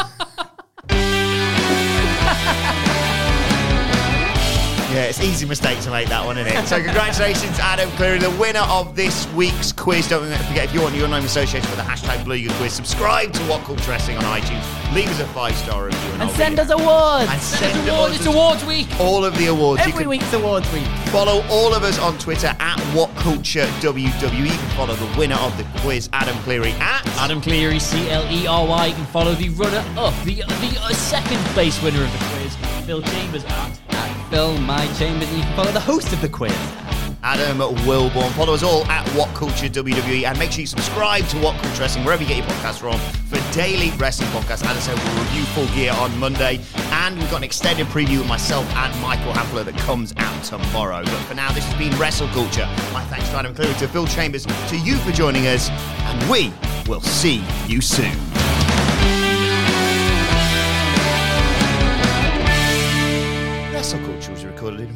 Speaker 2: Yeah, it's easy mistake to make that one, isn't it? So congratulations, Adam Cleary, the winner of this week's quiz. Don't forget, if you want your name associated with the hashtag Blue Your Quiz, subscribe to What Culture Dressing on iTunes. Leave us a five-star review. And, I'll be-
Speaker 4: Send us awards.
Speaker 2: And
Speaker 3: It's
Speaker 2: send
Speaker 3: awards, it's awards week.
Speaker 2: all of the awards. You
Speaker 4: Every
Speaker 2: can-
Speaker 4: week's awards week.
Speaker 2: Follow all of us on Twitter at WhatCultureWWE. E. You can follow the winner of the quiz, Adam Cleary, at
Speaker 3: Adam Cleary, C L E R Y. You can follow the runner up, the the uh, second place winner of the quiz, Phil Chambers at.
Speaker 4: At Phil My Chambers, and you can follow the host of the quiz.
Speaker 2: Adam Wilborn. Follow us all at WhatCultureWWE. E And make sure you subscribe to What Culture Wrestling, wherever you get your podcasts from, for daily wrestling podcasts. As I said, we'll review full gear on Monday. And we've got an extended preview with myself and Michael Hampler that comes out tomorrow. But for now, this has been Wrestle Culture. My thanks to Adam Cleary, to Phil Chambers, to you for joining us. And we will see you soon. Wrestle Culture was recorded in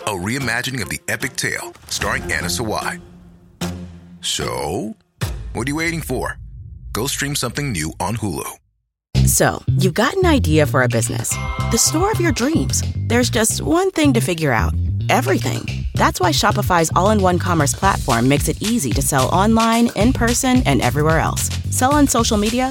Speaker 13: a reimagining of the epic tale, starring Anna Sawai. So, what are you waiting for? Go stream something new on Hulu.
Speaker 9: So, you've got an idea for a business, the store of your dreams. There's just one thing to figure out everything. That's why Shopify's all in one commerce platform makes it easy to sell online, in person, and everywhere else. Sell on social media,